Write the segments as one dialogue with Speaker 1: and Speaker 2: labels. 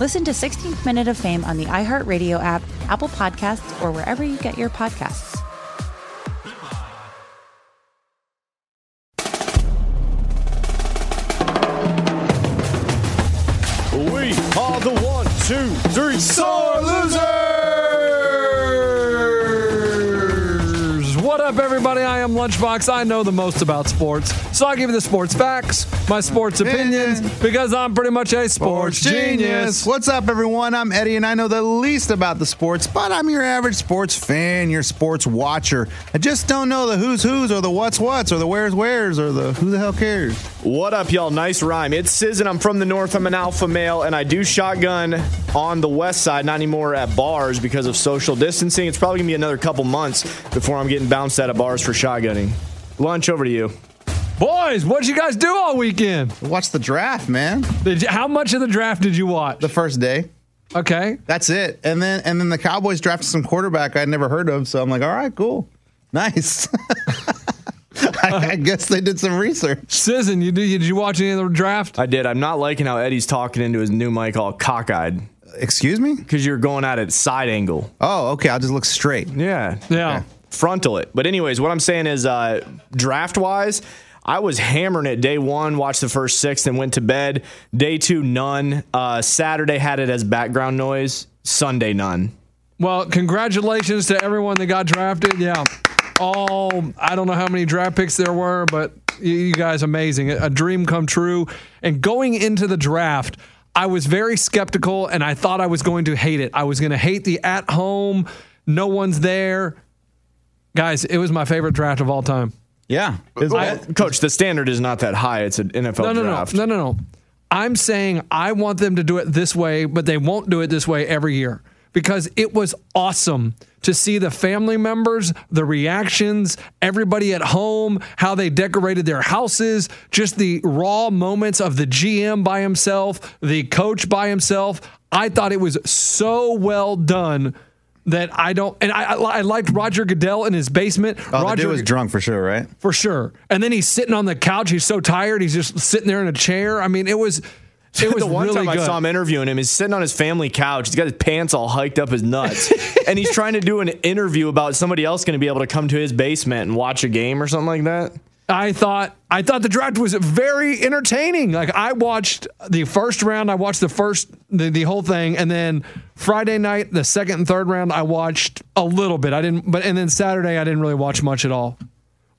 Speaker 1: Listen to 16th Minute of Fame on the iHeartRadio app, Apple Podcasts, or wherever you get your podcasts.
Speaker 2: We are the one, two, three, sore losers. What up, everybody? I am Lunchbox. I know the most about sports, so I'll give you the sports facts, my sports opinions, because I'm pretty much a sports genius.
Speaker 3: What's up, everyone? I'm Eddie, and I know the least about the sports, but I'm your average sports fan, your sports watcher. I just don't know the who's who's or the what's what's or the where's where's or the who the hell cares.
Speaker 2: What up, y'all? Nice rhyme. It's Sizzin. I'm from the north. I'm an alpha male, and I do shotgun on the west side, not anymore at bars because of social distancing. It's probably gonna be another couple months before I'm getting bounced out of bars for shotgunning. Lunch over to you.
Speaker 4: Boys, what'd you guys do all weekend?
Speaker 3: Watch the draft, man.
Speaker 4: Did you, how much of the draft did you watch?
Speaker 3: The first day.
Speaker 4: Okay.
Speaker 3: That's it. And then and then the Cowboys drafted some quarterback I'd never heard of, so I'm like, all right, cool. Nice. I, I guess they did some research.
Speaker 4: Sizzin, you did, did you watch any of the draft?
Speaker 2: I did. I'm not liking how Eddie's talking into his new mic all cockeyed
Speaker 3: Excuse me?
Speaker 2: because you're going at it side angle.
Speaker 3: Oh, okay. I'll just look straight.
Speaker 2: Yeah.
Speaker 4: Yeah.
Speaker 2: Frontal it. But, anyways, what I'm saying is uh, draft wise, I was hammering it day one, watched the first six, then went to bed. Day two, none. Uh, Saturday had it as background noise. Sunday, none.
Speaker 4: Well, congratulations to everyone that got drafted. Yeah. All, I don't know how many draft picks there were, but you- you guys amazing. A a dream come true. And going into the draft, I was very skeptical and I thought I was going to hate it. I was going to hate the at home, no one's there. Guys, it was my favorite draft of all time.
Speaker 3: Yeah.
Speaker 2: Coach, the standard is not that high. It's an NFL
Speaker 4: no, no,
Speaker 2: draft.
Speaker 4: No, no, no, no. I'm saying I want them to do it this way, but they won't do it this way every year because it was awesome to see the family members, the reactions, everybody at home, how they decorated their houses, just the raw moments of the GM by himself, the coach by himself. I thought it was so well done that I don't, and I, I, I liked Roger Goodell in his basement.
Speaker 3: Oh, the
Speaker 4: Roger
Speaker 3: dude was drunk for sure, right?
Speaker 4: for sure. And then he's sitting on the couch. He's so tired. He's just sitting there in a chair. I mean, it was it was
Speaker 2: the one
Speaker 4: really
Speaker 2: time
Speaker 4: good.
Speaker 2: I saw him interviewing him, he's sitting on his family couch. He's got his pants all hiked up his nuts, and he's trying to do an interview about somebody else going to be able to come to his basement and watch a game or something like that.
Speaker 4: I thought I thought the draft was very entertaining. Like I watched the first round. I watched the first the, the whole thing, and then Friday night, the second and third round, I watched a little bit. I didn't, but and then Saturday, I didn't really watch much at all.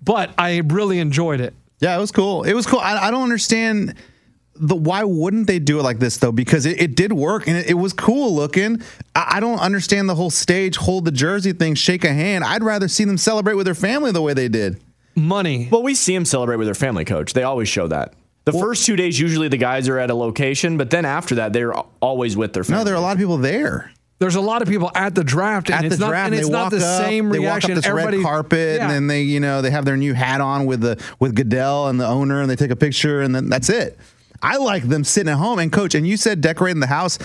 Speaker 4: But I really enjoyed it.
Speaker 3: Yeah, it was cool. It was cool. I, I don't understand the why wouldn't they do it like this though? Because it, it did work and it, it was cool looking. I, I don't understand the whole stage hold the jersey thing, shake a hand. I'd rather see them celebrate with their family the way they did.
Speaker 4: Money.
Speaker 2: Well, we see him celebrate with their family coach. They always show that. The first two days, usually the guys are at a location, but then after that, they're always with their family.
Speaker 3: No, there are a lot of people there.
Speaker 4: There's a lot of people at the draft, and
Speaker 3: At
Speaker 4: it's
Speaker 3: the
Speaker 4: not
Speaker 3: draft,
Speaker 4: and it's
Speaker 3: they
Speaker 4: not
Speaker 3: walk
Speaker 4: the
Speaker 3: up,
Speaker 4: same
Speaker 3: they
Speaker 4: reaction.
Speaker 3: walk up this
Speaker 4: Everybody
Speaker 3: red carpet,
Speaker 4: Yeah.
Speaker 3: and then they, you know, they have their new hat on with the with Goodell and the owner, and they take a picture, and then that's it. I like them sitting at home and coach. And you said decorating the house.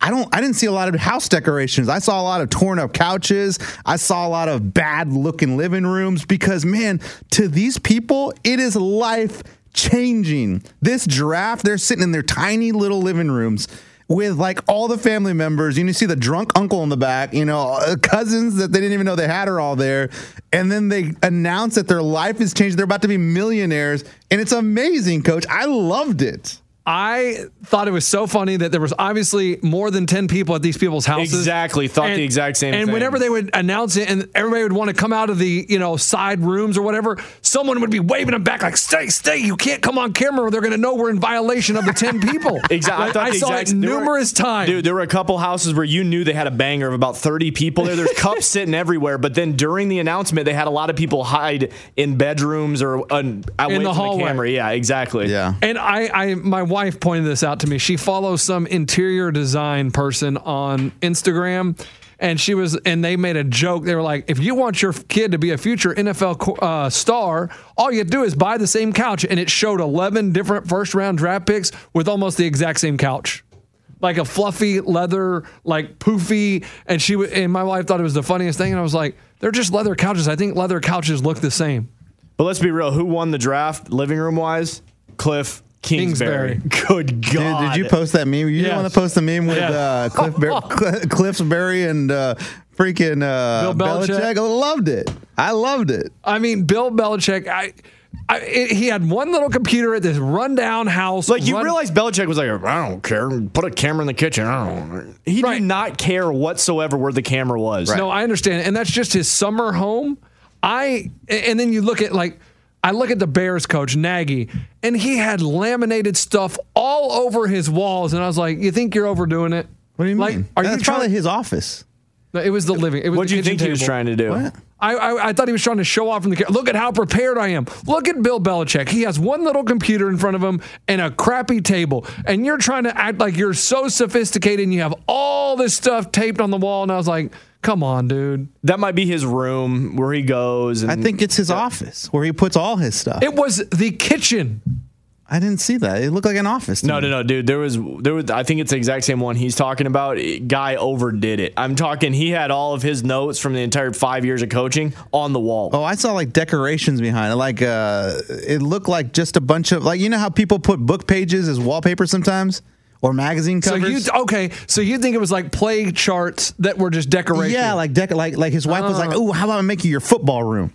Speaker 3: I don't. I didn't see a lot of house decorations. I saw a lot of torn up couches. I saw a lot of bad looking living rooms because, man, to these people, it is life changing. This draft, they're sitting in their tiny little living rooms with like all the family members. You see the drunk uncle in the back, you know, uh, cousins that they didn't even know they had are all there. And then they announce that their life has changed. They're about to be millionaires. And it's amazing, coach. I loved it.
Speaker 4: I thought it was so funny that there was obviously more than 10 people at these people's houses.
Speaker 2: Exactly. Thought the exact same
Speaker 4: And
Speaker 2: thing.
Speaker 4: whenever they would announce it and everybody would want to come out of the, you know, side rooms or whatever, someone would be waving them back like, stay, stay, you can't come on camera or they're going to know we're in violation of the 10 people.
Speaker 2: Exactly.
Speaker 4: Like, I, saw it numerous times.
Speaker 2: Dude, there were a couple houses where you knew they had a banger of about 30 people there. There's cups sitting everywhere. But then during the announcement, they had a lot of people hide in bedrooms or uh, away from
Speaker 4: hallway.
Speaker 2: the camera. Yeah, exactly.
Speaker 3: Yeah.
Speaker 4: And I, I, my wife pointed this out to me. She follows some interior design person on Instagram, and she was, and they made a joke. They were like, "If you want your kid to be a future NFL co- uh, star, all you do is buy the same couch." And it showed eleven different first round draft picks with almost the exact same couch. Like a fluffy leather, like poofy, and she w- and my wife thought it was the funniest thing, and I was like, "They're just leather couches. I think leather couches look the same."
Speaker 2: But let's be real. Who won the draft, living room wise? Cliff Kingsbury. Good
Speaker 3: Dude,
Speaker 2: God.
Speaker 3: did you post that meme? You
Speaker 4: Yes.
Speaker 3: didn't want to post the meme with
Speaker 4: Yeah.
Speaker 3: uh, Cliff Bar- Cl- Cliffsbury and uh, freaking uh,
Speaker 4: Bill Belichick.
Speaker 3: Belichick. I loved it. I loved it.
Speaker 4: I mean, Bill Belichick. I, I it, he had one little computer at this rundown house.
Speaker 2: Like you
Speaker 4: run-
Speaker 2: realize Belichick was like, I don't care. Put a camera in the kitchen. I don't. He
Speaker 4: Right.
Speaker 2: did not care whatsoever where the camera was.
Speaker 4: No, I understand, and that's just his summer home. I and then you look at like I look at the Bears coach Nagy, and he had laminated stuff all over his walls, and I was like, "You think you're overdoing it?"
Speaker 3: What do you
Speaker 4: like,
Speaker 3: mean?
Speaker 4: Are
Speaker 3: That's
Speaker 4: you
Speaker 3: probably
Speaker 4: trying?
Speaker 3: his office.
Speaker 4: No, it was the living. It was
Speaker 2: What
Speaker 4: the
Speaker 2: do you
Speaker 4: kitchen
Speaker 2: think he was
Speaker 4: table.
Speaker 2: trying to do?
Speaker 3: What?
Speaker 4: I, I, I thought he was trying to show off from the ca- look at how prepared I am. Look at Bill Belichick. He has one little computer in front of him and a crappy table, and you're trying to act like you're so sophisticated and you have all this stuff taped on the wall. And I was like, come on, dude.
Speaker 2: That might be his room where he goes. And
Speaker 3: I think it's his office where he puts all his stuff.
Speaker 4: It was the kitchen.
Speaker 3: I didn't see that. It looked like an office. to
Speaker 2: No,
Speaker 3: me.
Speaker 2: no, no, dude. There was there was. I think it's the exact same one he's talking about. Guy overdid it. I'm talking. He had all of his notes from the entire five years of coaching on the wall.
Speaker 3: Oh, I saw like decorations behind it. Like uh, it looked like just a bunch of like you know how people put book pages as wallpaper sometimes or magazine
Speaker 4: So
Speaker 3: covers.
Speaker 4: you okay? So you think it was like play charts that were just decoration?
Speaker 3: Yeah, like deck, like like his wife was like, "Oh, how about I make you your football room?"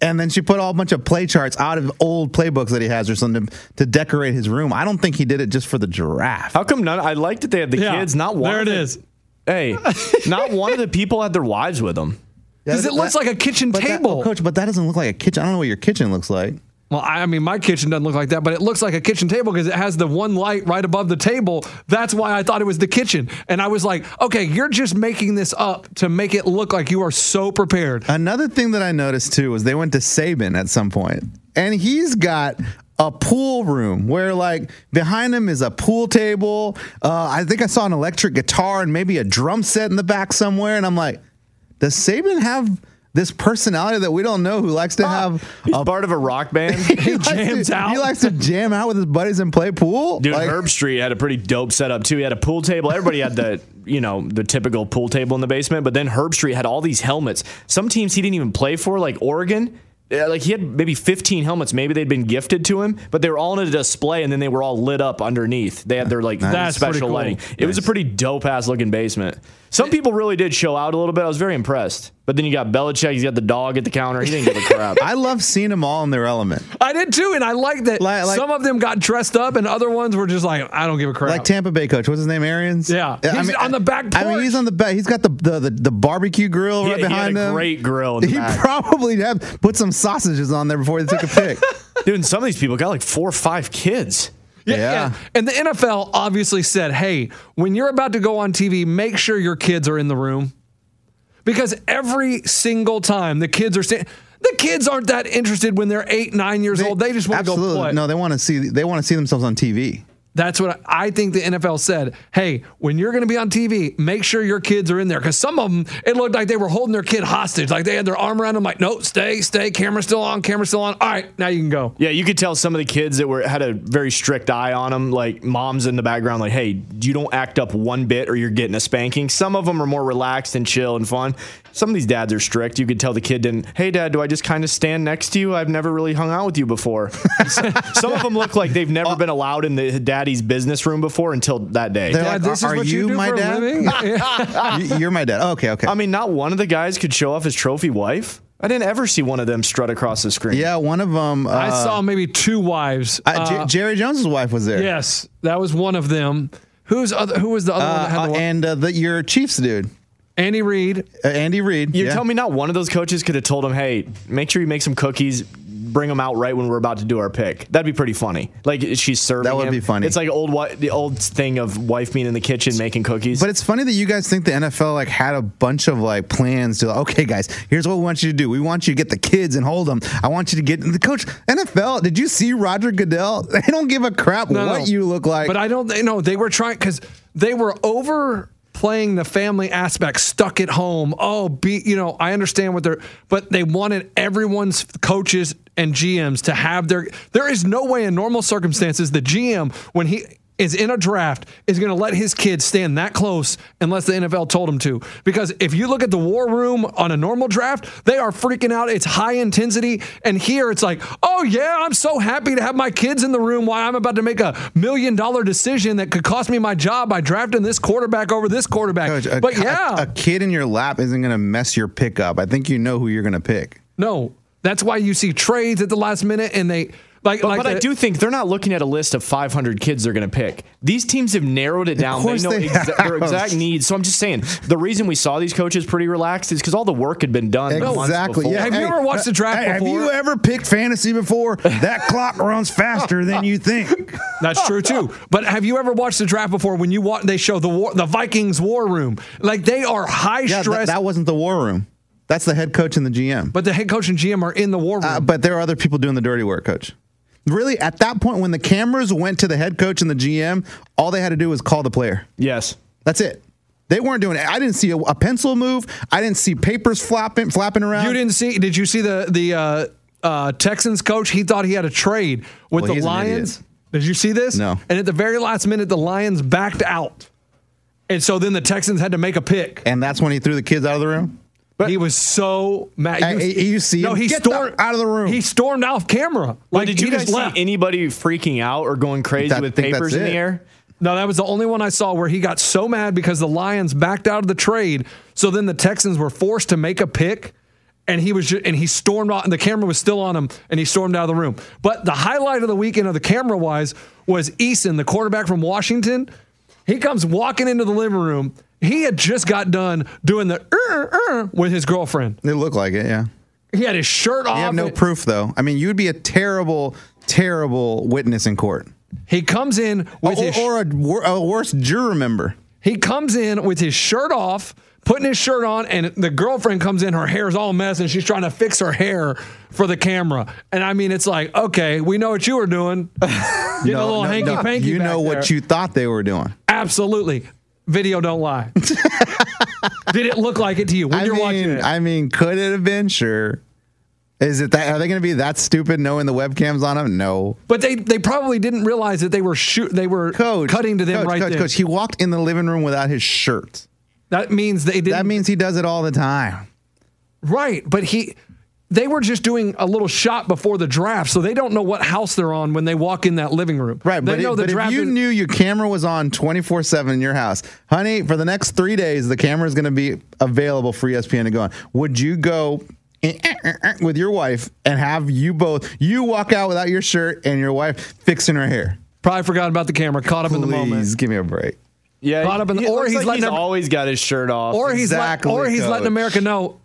Speaker 3: And then she put a whole bunch of play charts out of old playbooks that he has or something to decorate his room. I don't think he did it just for the giraffe.
Speaker 2: How come none? I like that they had the
Speaker 4: Yeah,
Speaker 2: kids. Not one.
Speaker 4: there
Speaker 2: of
Speaker 4: it
Speaker 2: the-
Speaker 4: is.
Speaker 2: Hey, not one of the people had their wives with them.
Speaker 4: because it looks
Speaker 3: That-
Speaker 4: like a kitchen
Speaker 3: but that-
Speaker 4: table.
Speaker 3: oh, coach. But that doesn't look like a kitchen. I don't know what your kitchen looks like.
Speaker 4: Well, I I mean, my kitchen doesn't look like that, but it looks like a kitchen table because it has the one light right above the table. That's why I thought it was the kitchen. And I was like, okay, you're just making this up to make it look like you are so prepared.
Speaker 3: Another thing that I noticed too was they went to Saban at some point, and he's got a pool room where like behind him is a pool table. Uh, I think I saw an electric guitar and maybe a drum set in the back somewhere, and I'm like, does Saban have this personality that we don't know who likes to
Speaker 2: Uh,
Speaker 3: have?
Speaker 2: He's part of a rock band.
Speaker 3: he likes
Speaker 4: jams
Speaker 3: to,
Speaker 4: out.
Speaker 3: He likes to jam out with his buddies and play pool.
Speaker 2: Dude,
Speaker 3: Like,
Speaker 2: Herb Street had a pretty dope setup too. He had a pool table. Everybody had the, you know, the typical pool table in the basement. But then Herb Street had all these helmets. Some teams he didn't even play for, like Oregon. Yeah, Like he had maybe 15 helmets. Maybe they'd been gifted to him, but they were all in a display, and then they were all lit up underneath. They had their like
Speaker 4: That's pretty
Speaker 2: special
Speaker 4: cool.
Speaker 2: lighting. It was a pretty dope ass looking basement. Some people really did show out a little bit. I was very impressed. But then you got Belichick. He's got the dog at the counter. He didn't give a crap.
Speaker 3: I love seeing them all in their element.
Speaker 4: I did too. And I like that
Speaker 3: Like- like-
Speaker 4: some of them got dressed up and other ones were just like, I don't give a crap.
Speaker 3: Like Tampa Bay coach, what's his name? Arians.
Speaker 4: Yeah. He's on the back
Speaker 3: I mean,
Speaker 4: porch.
Speaker 3: he's on the back. He's got the the, the, the barbecue grill
Speaker 2: He-
Speaker 3: right
Speaker 2: he had
Speaker 3: behind
Speaker 2: a
Speaker 3: him.
Speaker 2: great grill in the
Speaker 3: he
Speaker 2: back.
Speaker 3: probably had put some sausages on there before they took a pic.
Speaker 2: Dude, and some of these people got like four or five kids.
Speaker 4: Yeah,
Speaker 3: Yeah.
Speaker 4: yeah. And the NFL obviously said, hey, when you're about to go on TV, make sure your kids are in the room. Because every single time the kids are sta- the kids aren't that interested when they're eight, nine years old. They just want to go
Speaker 3: Absolutely.
Speaker 4: play.
Speaker 3: No, they want to see they want to see themselves on TV.
Speaker 4: That's what I I think the NFL said. Hey, when you're going to be on TV, make sure your kids are in there. Because some of them, it looked like they were holding their kid hostage. Like they had their arm around them, like, no, stay, stay. Camera's still on, camera's still on. All right, now you can go.
Speaker 2: Yeah, you could tell some of the kids that were had a very strict eye on them. Like moms in the background, like, "Hey, you don't act up one bit, or you're getting a spanking." Some of them are more relaxed and chill and fun. Some of these dads are strict. You could tell the kid didn't. Hey, dad, do I just kind of stand next to you? I've never really hung out with you before. some of them look like they've never been allowed in the dad daddy's business room before until that day.
Speaker 3: They're
Speaker 4: Dad,
Speaker 3: like,
Speaker 4: Uh, this
Speaker 3: are,
Speaker 4: is
Speaker 3: are
Speaker 4: what
Speaker 3: you,
Speaker 4: you, do
Speaker 3: my
Speaker 4: for
Speaker 3: dad?
Speaker 4: a living. Yeah.
Speaker 3: You- You're my dad. Okay, okay.
Speaker 2: I mean, not one of the guys could show off his trophy wife. I didn't ever see one of them strut across the screen.
Speaker 3: yeah, one of them. Uh,
Speaker 4: I saw maybe two wives.
Speaker 3: uh, J- Jerry Jones's wife was there.
Speaker 4: yes, that was one of them. Who's other, who was the other one that had
Speaker 3: Uh,
Speaker 4: the one?
Speaker 3: and uh, the, your Chiefs dude,
Speaker 4: Andy Reid.
Speaker 3: uh, Andy Reid.
Speaker 2: You're
Speaker 3: yeah.
Speaker 2: telling me not one of those coaches could have told him, "Hey, make sure you make some cookies, bring them out right when we're about to do our pick." That'd be pretty funny. Like she's serving.
Speaker 3: That would
Speaker 2: him.
Speaker 3: be funny.
Speaker 2: It's like old wi- the old thing of wife being in the kitchen making cookies.
Speaker 3: But it's funny that you guys think the NFL like had a bunch of like plans to like, okay, guys, here's what we want you to do. We want you to get the kids and hold them. I want you to get the coach. NFL, did you see Roger Goodell? They don't give a crap
Speaker 4: No,
Speaker 3: what
Speaker 4: no.
Speaker 3: you look like.
Speaker 4: But I don't. They, no, they were trying because they were over playing the family aspect, stuck at home. Oh, be you know, I understand what they're, but they wanted everyone's coaches and GMs to have their. There is no way in normal circumstances the GM when he. Is in a draft is going to let his kids stand that close unless the NFL told him to. Because if you look at the war room on a normal draft, they are freaking out. It's high intensity, and here it's like, oh yeah, I'm so happy to have my kids in the room while I'm about to make a million dollar decision that could cost me my job by drafting this quarterback over this quarterback.
Speaker 3: Coach, a,
Speaker 4: but
Speaker 3: a-
Speaker 4: yeah,
Speaker 3: a kid in your lap isn't going to mess your pick up. I think you know who you're going to pick.
Speaker 4: no, that's why you see trades at the last minute, and they like
Speaker 2: But,
Speaker 4: like.
Speaker 2: but I
Speaker 4: the-
Speaker 2: do think they're not looking at a list of 500 kids they're going to pick. These teams have narrowed it down.
Speaker 3: course
Speaker 2: they know
Speaker 3: they
Speaker 2: exa- their
Speaker 3: have.
Speaker 2: exact needs. So I'm just saying, the reason we saw these coaches pretty relaxed is because all the work had been done. months
Speaker 3: Exactly.
Speaker 2: before.
Speaker 3: Yeah.
Speaker 4: Have you ever watched the draft
Speaker 3: hey,
Speaker 4: before?
Speaker 3: Have you ever picked fantasy before? That clock runs faster than you think.
Speaker 4: That's true too. But have you ever watched the draft before when you watch they show the war, the Vikings war room? Like they are high
Speaker 3: Yeah, that,
Speaker 4: stress.
Speaker 3: that wasn't the war room. That's the head coach and the GM.
Speaker 4: but the head coach and GM are in the war room.
Speaker 3: Uh, but there are other people doing the dirty work, coach. Really, at that point, when the cameras went to the head coach and the GM, all they had to do was call the player.
Speaker 2: Yes.
Speaker 3: That's it. They weren't doing it. I didn't see a, a pencil move. I didn't see papers flapping, flapping around.
Speaker 4: you didn't see? Did you see the the uh, uh, Texans coach? He thought he had a trade with
Speaker 3: Well,
Speaker 4: the
Speaker 3: he's an idiot.
Speaker 4: Lions. Did you see this?
Speaker 3: No.
Speaker 4: And at the very last minute, the Lions backed out, and so then the Texans had to make a pick.
Speaker 3: And that's when he threw the kids out of the room.
Speaker 4: he was so mad.
Speaker 3: Hey, hey, you see
Speaker 4: No,
Speaker 3: him?
Speaker 4: he
Speaker 3: Get the-
Speaker 4: stormed
Speaker 3: out of the room.
Speaker 4: He stormed off camera.
Speaker 2: But
Speaker 4: Like
Speaker 2: did you
Speaker 4: he
Speaker 2: guys
Speaker 4: just
Speaker 2: see
Speaker 4: left.
Speaker 2: anybody freaking out or going crazy
Speaker 3: That-
Speaker 2: with
Speaker 3: think that's
Speaker 2: papers in the
Speaker 3: it.
Speaker 2: air?
Speaker 4: No, that was the only one I saw where he got so mad because the Lions backed out of the trade. So then the Texans were forced to make a pick, and he was ju- and he stormed out, and the camera was still on him, and he stormed out of the room. But the highlight of the weekend of the camera wise was Eason, the quarterback from Washington. He comes walking into the living room. He had just got done doing the uh, uh, with his girlfriend.
Speaker 3: It looked like it, yeah.
Speaker 4: He had his shirt off.
Speaker 3: You have no
Speaker 4: and-
Speaker 3: proof, though. I mean, you'd be a terrible, terrible witness in court.
Speaker 4: He comes in with
Speaker 3: Or,
Speaker 4: his
Speaker 3: or a, wor- a worse juror member.
Speaker 4: He comes in with his shirt off, putting his shirt on, and the girlfriend comes in. Her hair's all messed, and she's trying to fix her hair for the camera. And I mean, it's like, okay, we know what you were doing. Getting a little hanky panky.
Speaker 3: You know what you thought they were doing.
Speaker 4: absolutely. Video don't lie. Did it look like it to you when
Speaker 3: I
Speaker 4: you're
Speaker 3: mean,
Speaker 4: watching it?
Speaker 3: I mean, could it have been? Sure. Is it that? Are they going to be that stupid knowing the webcams on them? No.
Speaker 4: but they they probably didn't realize that they were shoot they were
Speaker 3: Coach,
Speaker 4: cutting to them
Speaker 3: coach,
Speaker 4: right
Speaker 3: coach,
Speaker 4: there.
Speaker 3: coach. He walked in the living room without his shirt.
Speaker 4: That means they didn't
Speaker 3: That means he does it all the time.
Speaker 4: Right, but he they were just doing a little shot before the draft, so they don't know what house they're on when they walk in that living room.
Speaker 3: Right,
Speaker 4: they
Speaker 3: but,
Speaker 4: know
Speaker 3: it-
Speaker 4: the
Speaker 3: but if
Speaker 4: draft.
Speaker 3: you
Speaker 4: is-
Speaker 3: knew your camera was on 24 7 in your house, honey, for the next three days, the camera is going to be available for E ESPN to go on. Would you go eh, eh, eh, eh, with your wife and have you both, you walk out without your shirt and your wife fixing her hair?
Speaker 4: probably forgot about the camera, caught up in the
Speaker 3: Please
Speaker 4: moment,
Speaker 3: give me a break.
Speaker 2: Yeah.
Speaker 4: Caught up in the- or
Speaker 2: looks
Speaker 4: he's
Speaker 2: like
Speaker 4: letting
Speaker 2: he's
Speaker 4: them-
Speaker 2: always got his shirt off.
Speaker 4: or he's let,
Speaker 3: Exactly,
Speaker 4: or he's letting
Speaker 3: coach.
Speaker 4: America know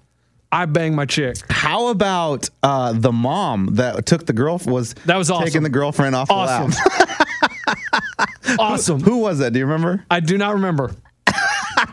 Speaker 4: I banged my chick.
Speaker 3: How about uh, the mom that took the girl was
Speaker 4: That was awesome.
Speaker 3: taking the girlfriend off
Speaker 4: Awesome,
Speaker 3: the lap?
Speaker 4: awesome.
Speaker 3: Who was that? Do you remember?
Speaker 4: I do not remember.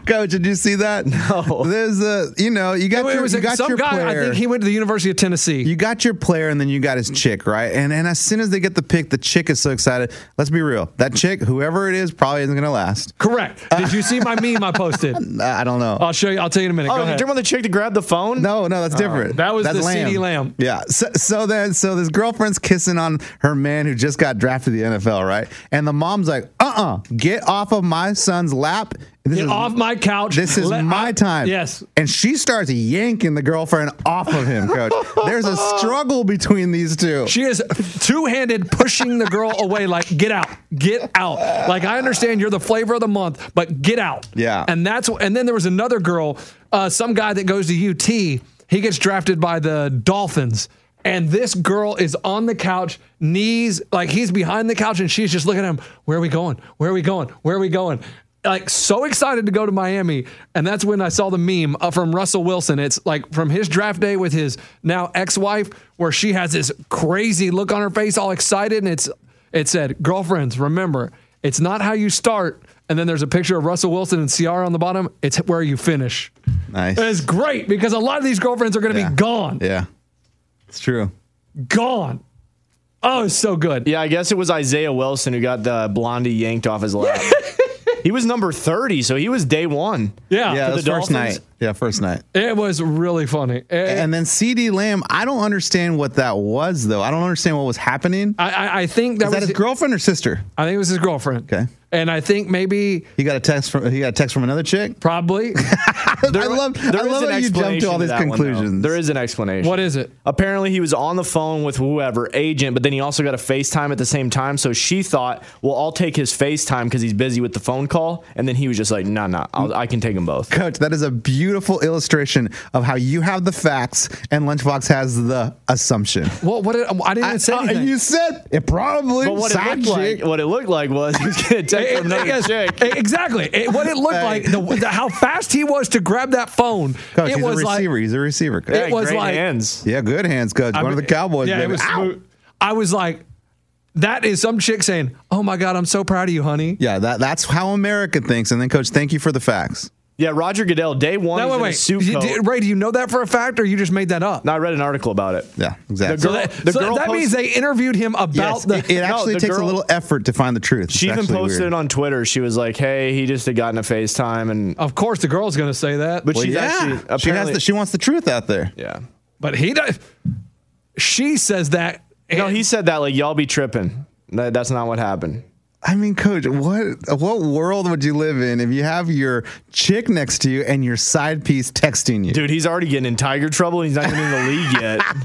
Speaker 3: Coach, did you see that? No. There's a you know, you got
Speaker 4: It
Speaker 3: your
Speaker 4: was
Speaker 3: you got
Speaker 4: some
Speaker 3: your
Speaker 4: guy.
Speaker 3: player.
Speaker 4: I think he went to the University of Tennessee.
Speaker 3: you got your player and then you got his chick, right? And and as soon as they get the pick, the chick is so excited. Let's be real. That chick, whoever it is, probably isn't gonna last.
Speaker 4: Correct. Did you see my meme I posted?
Speaker 3: Uh, I don't know.
Speaker 4: I'll show you. I'll tell you in a minute.
Speaker 2: oh,
Speaker 4: Go
Speaker 2: you're
Speaker 4: ahead.
Speaker 2: talking about the chick to grab the phone?
Speaker 3: no, no, that's different.
Speaker 4: Uh, That was
Speaker 3: That's
Speaker 4: the CD Lamb.
Speaker 3: Yeah. So, so then, so this girlfriend's kissing on her man who just got drafted to the NFL, right? And the mom's like, uh uh uh uh get off of my son's lap. This
Speaker 4: Get
Speaker 3: is-
Speaker 4: off my couch.
Speaker 3: This is
Speaker 4: Let-
Speaker 3: my
Speaker 4: I-
Speaker 3: time.
Speaker 4: Yes.
Speaker 3: And she starts yanking the girlfriend off of him, coach. There's a struggle between these two.
Speaker 4: She is two handed pushing the girl away, like, get out, get out. Like, I understand you're the flavor of the month, but get out.
Speaker 3: Yeah.
Speaker 4: And that's, and then there was another girl, uh, some guy that goes to UT, he gets drafted by the Dolphins. And this girl is on the couch, knees, like he's behind the couch, and she's just looking at him, where are we going? Where are we going? Where are we going? Like, so excited to go to Miami. And that's when I saw the meme uh, from Russell Wilson. It's like from his draft day with his now ex wife, where she has this crazy look on her face, all excited. And it's, it said, girlfriends, remember, it's not how you start. And then there's a picture of Russell Wilson and Ciara on the bottom. It's where you finish.
Speaker 3: Nice.
Speaker 4: And it's great because a lot of these girlfriends are going to
Speaker 3: Yeah.
Speaker 4: be gone.
Speaker 3: Yeah. It's true.
Speaker 4: Gone. Oh, it's so good.
Speaker 2: Yeah, I guess it was Isaiah Wilson who got the blondie yanked off his lap. he was number 30, so he was day one.
Speaker 3: yeah,
Speaker 4: Yeah.
Speaker 2: for
Speaker 3: that
Speaker 2: the
Speaker 3: was first
Speaker 2: Dolphins?
Speaker 3: night. Yeah, first night.
Speaker 4: It was really funny. It-
Speaker 3: And then CD Lamb, I don't understand what that was though. I don't understand what was happening.
Speaker 4: I, I, I think that
Speaker 3: Is that
Speaker 4: was
Speaker 3: his girlfriend or sister?
Speaker 4: I think it was his girlfriend.
Speaker 3: Okay.
Speaker 4: And I think maybe
Speaker 3: He got a text from he got a text from another chick.
Speaker 4: probably
Speaker 3: I love I
Speaker 2: There is
Speaker 3: love
Speaker 2: an
Speaker 3: how you jump
Speaker 2: explanation
Speaker 3: to all these
Speaker 2: that one, though.
Speaker 3: conclusions.
Speaker 2: there is an explanation.
Speaker 4: what is it?
Speaker 2: Apparently, he was on the phone with whoever agent, but then he also got a FaceTime at the same time. So she thought, "Well, I'll take his FaceTime because he's busy with the phone call." And then he was just like, "No, nah, no, nah, I can take them both."
Speaker 3: Coach, that is a beautiful illustration of how you have the facts and Lunchbox has the assumption.
Speaker 4: What what did, I didn't
Speaker 3: I-
Speaker 4: even say
Speaker 3: I-
Speaker 4: anything.
Speaker 3: you said it probably
Speaker 2: But what it
Speaker 3: side
Speaker 2: looked like,
Speaker 3: chick.
Speaker 2: what it looked like was he was getting a text
Speaker 4: It-
Speaker 2: from another
Speaker 4: yes,
Speaker 2: chick.
Speaker 4: e- exactly. It- what it looked
Speaker 3: Hey.
Speaker 4: like, the, the, how fast he was to grab that phone.
Speaker 3: Coach,
Speaker 4: it
Speaker 3: he's a
Speaker 4: was like
Speaker 3: receiver. he's a receiver. Coach.
Speaker 4: it was
Speaker 2: great
Speaker 4: like-
Speaker 2: hands.
Speaker 3: yeah, good hands, coach. One of the
Speaker 4: mean,
Speaker 3: Cowboys.
Speaker 4: Yeah, it
Speaker 3: baby.
Speaker 4: was
Speaker 3: Ow!
Speaker 4: smooth. I was like, that is some chick saying, "Oh my god, I'm so proud of you, honey."
Speaker 3: Yeah, that, that's how America thinks. And then, coach, thank you for the facts.
Speaker 2: Yeah, Roger Goodell, day one,
Speaker 4: No,
Speaker 2: he's
Speaker 4: wait,
Speaker 2: in
Speaker 4: wait.
Speaker 2: a suit
Speaker 4: You-
Speaker 2: coat.
Speaker 4: did- Ray, do you know that for a fact, or you just made that up?
Speaker 2: No, I read an article about it.
Speaker 3: Yeah, exactly.
Speaker 2: The girl-
Speaker 4: that, so
Speaker 2: girl
Speaker 4: that means
Speaker 2: post-
Speaker 4: they interviewed him about
Speaker 3: Yes,
Speaker 4: the.
Speaker 3: it, it
Speaker 2: No,
Speaker 3: actually
Speaker 2: the
Speaker 3: takes a
Speaker 2: girl-
Speaker 3: little effort to find the truth.
Speaker 2: She
Speaker 3: It's
Speaker 2: even
Speaker 3: actually
Speaker 2: posted
Speaker 3: weird.
Speaker 2: it on Twitter. She was like, "Hey, he just had gotten a FaceTime," and
Speaker 4: of course, the girl's going to say that, but,
Speaker 2: but she's
Speaker 3: Oh, yeah,
Speaker 2: actually
Speaker 3: she has.
Speaker 2: apparently-
Speaker 3: The, she wants the truth out there.
Speaker 2: yeah.
Speaker 4: he does. She says that.
Speaker 2: No,
Speaker 4: and-
Speaker 2: he said that like y'all be tripping. That, that's not what happened.
Speaker 3: I mean, coach, what what world would you live in if you have your chick next to you and your side piece texting you?
Speaker 2: Dude, he's already getting in tiger trouble. He's not even in the league yet.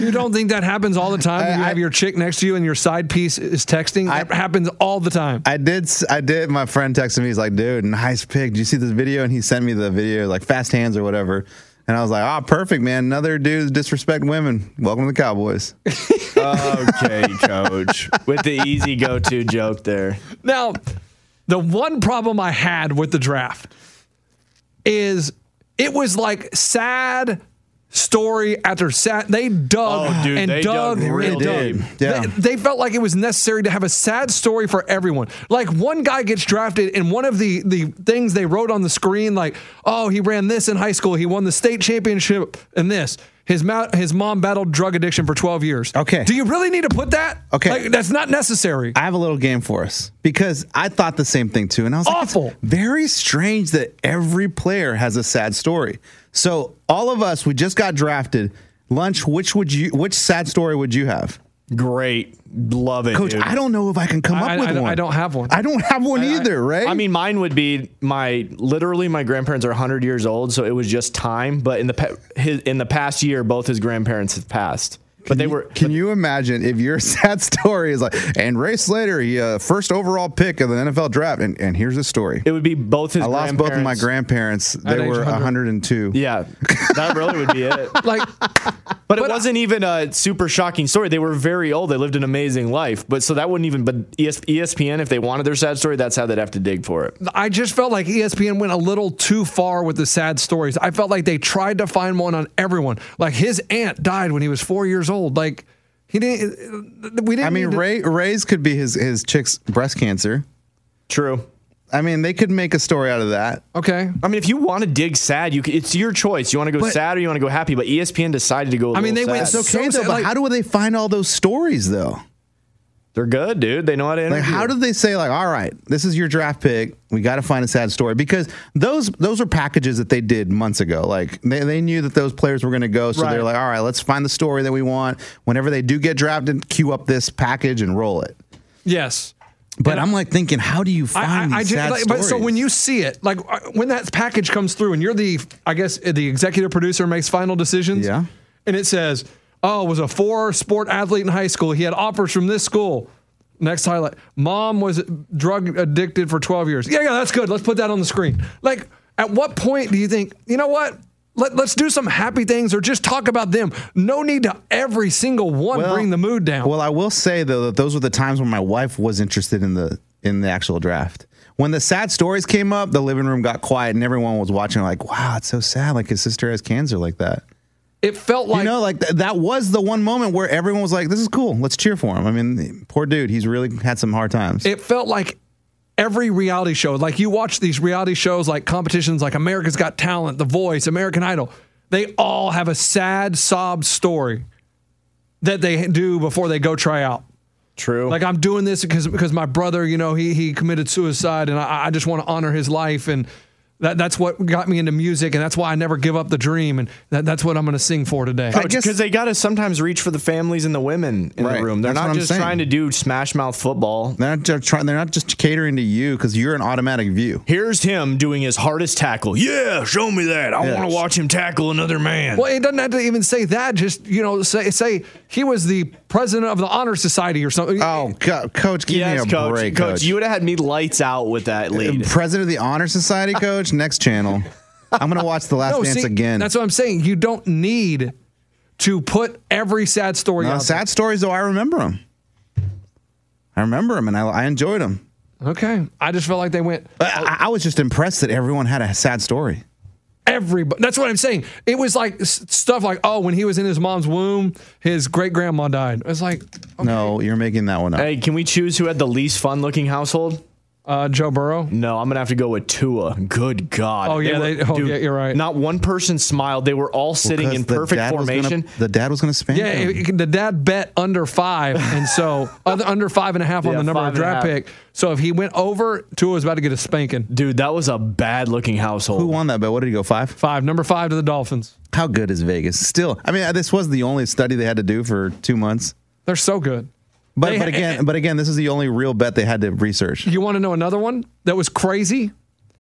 Speaker 4: You don't think that happens all the time? when you
Speaker 3: I-
Speaker 4: have your chick next to you and your side piece is texting.
Speaker 3: I-
Speaker 4: that happens all the time.
Speaker 3: I did. s- I did. My friend texted me. He's like, "Dude, nice pic. Did you see this video?" And he sent me the video, like fast hands or whatever. And I was like, "Ah, perfect, man. Another dude disrespect women. Welcome to the Cowboys."
Speaker 2: okay, coach. With the easy go to joke there.
Speaker 4: Now, the one problem I had with the draft is it was like sad story after sad. They dug
Speaker 2: Oh, dude,
Speaker 4: and
Speaker 2: they
Speaker 4: dug
Speaker 2: dug
Speaker 4: and
Speaker 2: real
Speaker 4: dug.
Speaker 2: deep.
Speaker 3: Yeah.
Speaker 4: They, they felt like it was necessary to have a sad story for everyone. Like one guy gets drafted, and one of the the things they wrote on the screen, like, oh, he ran this in high school, he won the state championship, and this. His, ma- his mom battled drug addiction for 12 years.
Speaker 3: Okay.
Speaker 4: Do you really need to put that?
Speaker 3: Okay.
Speaker 4: Like, that's not necessary.
Speaker 3: I have a little game for us because I thought the same thing too, and I was like,
Speaker 4: Awful.
Speaker 3: "It's Very strange that every player has a sad story. So all of us, we just got drafted. Lunch. Which would you? Which sad story would you have?
Speaker 2: Great. Love it.
Speaker 3: Coach,
Speaker 2: dude.
Speaker 3: I don't know if I can come
Speaker 4: I-
Speaker 3: up with
Speaker 4: I- I
Speaker 3: one.
Speaker 4: don't have one.
Speaker 3: I don't have one either, right?
Speaker 2: I mean, mine would be my literally my grandparents are 100 years old, so it was just time. But in the pa- his, in the past year, both his grandparents have passed. But they were
Speaker 3: Can you imagine if your sad story is like, and Ray Slater, he uh, first overall pick of the NFL draft, and, and here's his story.
Speaker 2: it would be both his
Speaker 3: I lost both of my
Speaker 2: grandparents.
Speaker 3: grandparents. They
Speaker 4: age
Speaker 3: were
Speaker 4: 100.
Speaker 3: 102.
Speaker 2: Yeah, that really would be it.
Speaker 4: Like,
Speaker 2: But, it wasn't even a super shocking story. They were very old. They lived an amazing life. But so that wouldn't even. But E ES, ESPN, if they wanted their sad story, that's how they'd have to dig for it.
Speaker 4: I just felt like E ESPN went a little too far with the sad stories. I felt like they tried to find one on everyone. Like his aunt died when he was four years old. Like he didn't. We didn't.
Speaker 3: I mean,
Speaker 4: need to-
Speaker 3: Ray Ray's could be his his chick's breast cancer.
Speaker 2: True.
Speaker 3: I mean, they could make a story out of that.
Speaker 4: Okay.
Speaker 2: I mean, if you want to dig sad, you c- it's your choice. You want to go
Speaker 3: But-
Speaker 2: sad or you want to go happy. But E ESPN decided to go. I
Speaker 4: mean, they went
Speaker 2: sad.
Speaker 3: It's
Speaker 4: so-
Speaker 3: okay though,
Speaker 4: sad,
Speaker 3: but
Speaker 4: like-
Speaker 3: how do they find all those stories though?
Speaker 2: They're good, dude. They know how to.
Speaker 3: Like,
Speaker 2: interview.
Speaker 3: how did they say like, all right, this is your draft pick? We got to find a sad story because those those are packages that they did months ago. Like they, they knew that those players were going to go, so they're
Speaker 2: Right.
Speaker 3: like, all right, let's find the story that we want. Whenever they do get drafted, queue up this package and roll it.
Speaker 4: Yes.
Speaker 3: But I'm like thinking, how do you find these
Speaker 4: ju-
Speaker 3: sad
Speaker 4: like, but so
Speaker 3: stories?
Speaker 4: when you see it, like uh, when that package comes through, and you're the, I guess uh, the executive producer makes final decisions.
Speaker 3: Yeah.
Speaker 4: And it says, "Oh, was a four sport athlete in high school. He had offers from this school." Next highlight: Mom was drug addicted for 12 years. Yeah, yeah, that's good. Let's put that on the screen. Like, at what point do you think? You know what? Let, let's do some happy things or just talk about them. No need to every single one bring the mood down.
Speaker 3: Well, I will say though that those were the times when my wife was interested in the in the actual draft. When the sad stories came up, the living room got quiet and everyone was watching like, "Wow, it's so sad like his sister has cancer like that."
Speaker 4: it felt like
Speaker 3: you know, like th- that was the one moment where everyone was like, "This is cool. Let's cheer for him." I mean, poor dude, he's really had some hard times.
Speaker 4: it felt like every reality show like you watch these reality shows like competitions like america's got talent the voice american idol they all have a sad sob story that they do before they go try out
Speaker 2: True.
Speaker 4: like i'm doing this because because my brother you know he he committed suicide and i, I just want to honor his life and that, that's what got me into music and that's why i never give up the dream and that, that's what i'm going to sing for today
Speaker 3: I guess-
Speaker 2: because they got to sometimes reach for the families and the women in
Speaker 3: Right.
Speaker 2: the room. They're
Speaker 3: That's what
Speaker 2: not
Speaker 3: I'm
Speaker 2: just
Speaker 3: saying.
Speaker 2: trying to do smash mouth football.
Speaker 3: They're not just trying. They're not just catering to you because you're an automatic view.
Speaker 2: Here's him doing his hardest tackle. Yeah, show me that. I
Speaker 3: Yeah.
Speaker 2: want to watch him tackle another man.
Speaker 4: Well, it doesn't have to even say that. Just you know, say say he was the president of the honor society or something.
Speaker 3: Oh, co- coach, give
Speaker 2: Yes,
Speaker 3: me a
Speaker 2: coach,
Speaker 3: break, Uh,
Speaker 2: coach. You would have had me lights out with that lead.
Speaker 3: president of the honor society, coach. next channel. I'm gonna watch the Last
Speaker 4: No,
Speaker 3: Dance
Speaker 4: see,
Speaker 3: again.
Speaker 4: That's what I'm saying. You don't need to put every sad story
Speaker 3: No,
Speaker 4: out.
Speaker 3: sad stories, though, I remember them. I remember them, and I, I enjoyed them.
Speaker 4: there. Okay. I just felt like they went
Speaker 3: But I, I was just impressed that everyone had a sad story.
Speaker 4: everybody. That's what I'm saying. It was like s- stuff like, oh, when he was in his mom's womb, his great grandma died. It's like
Speaker 3: No, you're making that one up.
Speaker 2: Hey, can we choose who had the least fun looking household?
Speaker 4: uh, Joe Burrow.
Speaker 2: No, I'm gonna have to go with Tua. Good God!
Speaker 4: Oh, yeah, they- oh, yeah, you're right.
Speaker 2: Not one person smiled. They were all sitting
Speaker 3: Because
Speaker 2: in
Speaker 3: the
Speaker 2: perfect
Speaker 3: dad was gonna-
Speaker 2: formation.
Speaker 3: the dad was going to spank
Speaker 4: Yeah,
Speaker 3: him.
Speaker 4: it- it- the dad bet under five, and so other, under five and a half on
Speaker 2: Yeah,
Speaker 4: the number of
Speaker 2: five and a
Speaker 4: draft
Speaker 2: half.
Speaker 4: pick. So if he went over, Tua was about to get a spanking.
Speaker 2: Dude, that was a bad looking household.
Speaker 3: Who won that bet? What did he go five?
Speaker 4: Five, number five to the Dolphins.
Speaker 3: How good is Vegas? Still, I mean, this was the only study they had to do for two months.
Speaker 4: They're so good.
Speaker 3: But
Speaker 4: They-
Speaker 3: but again, but again, this is the only real bet they had to research.
Speaker 4: You want to know another one that was crazy?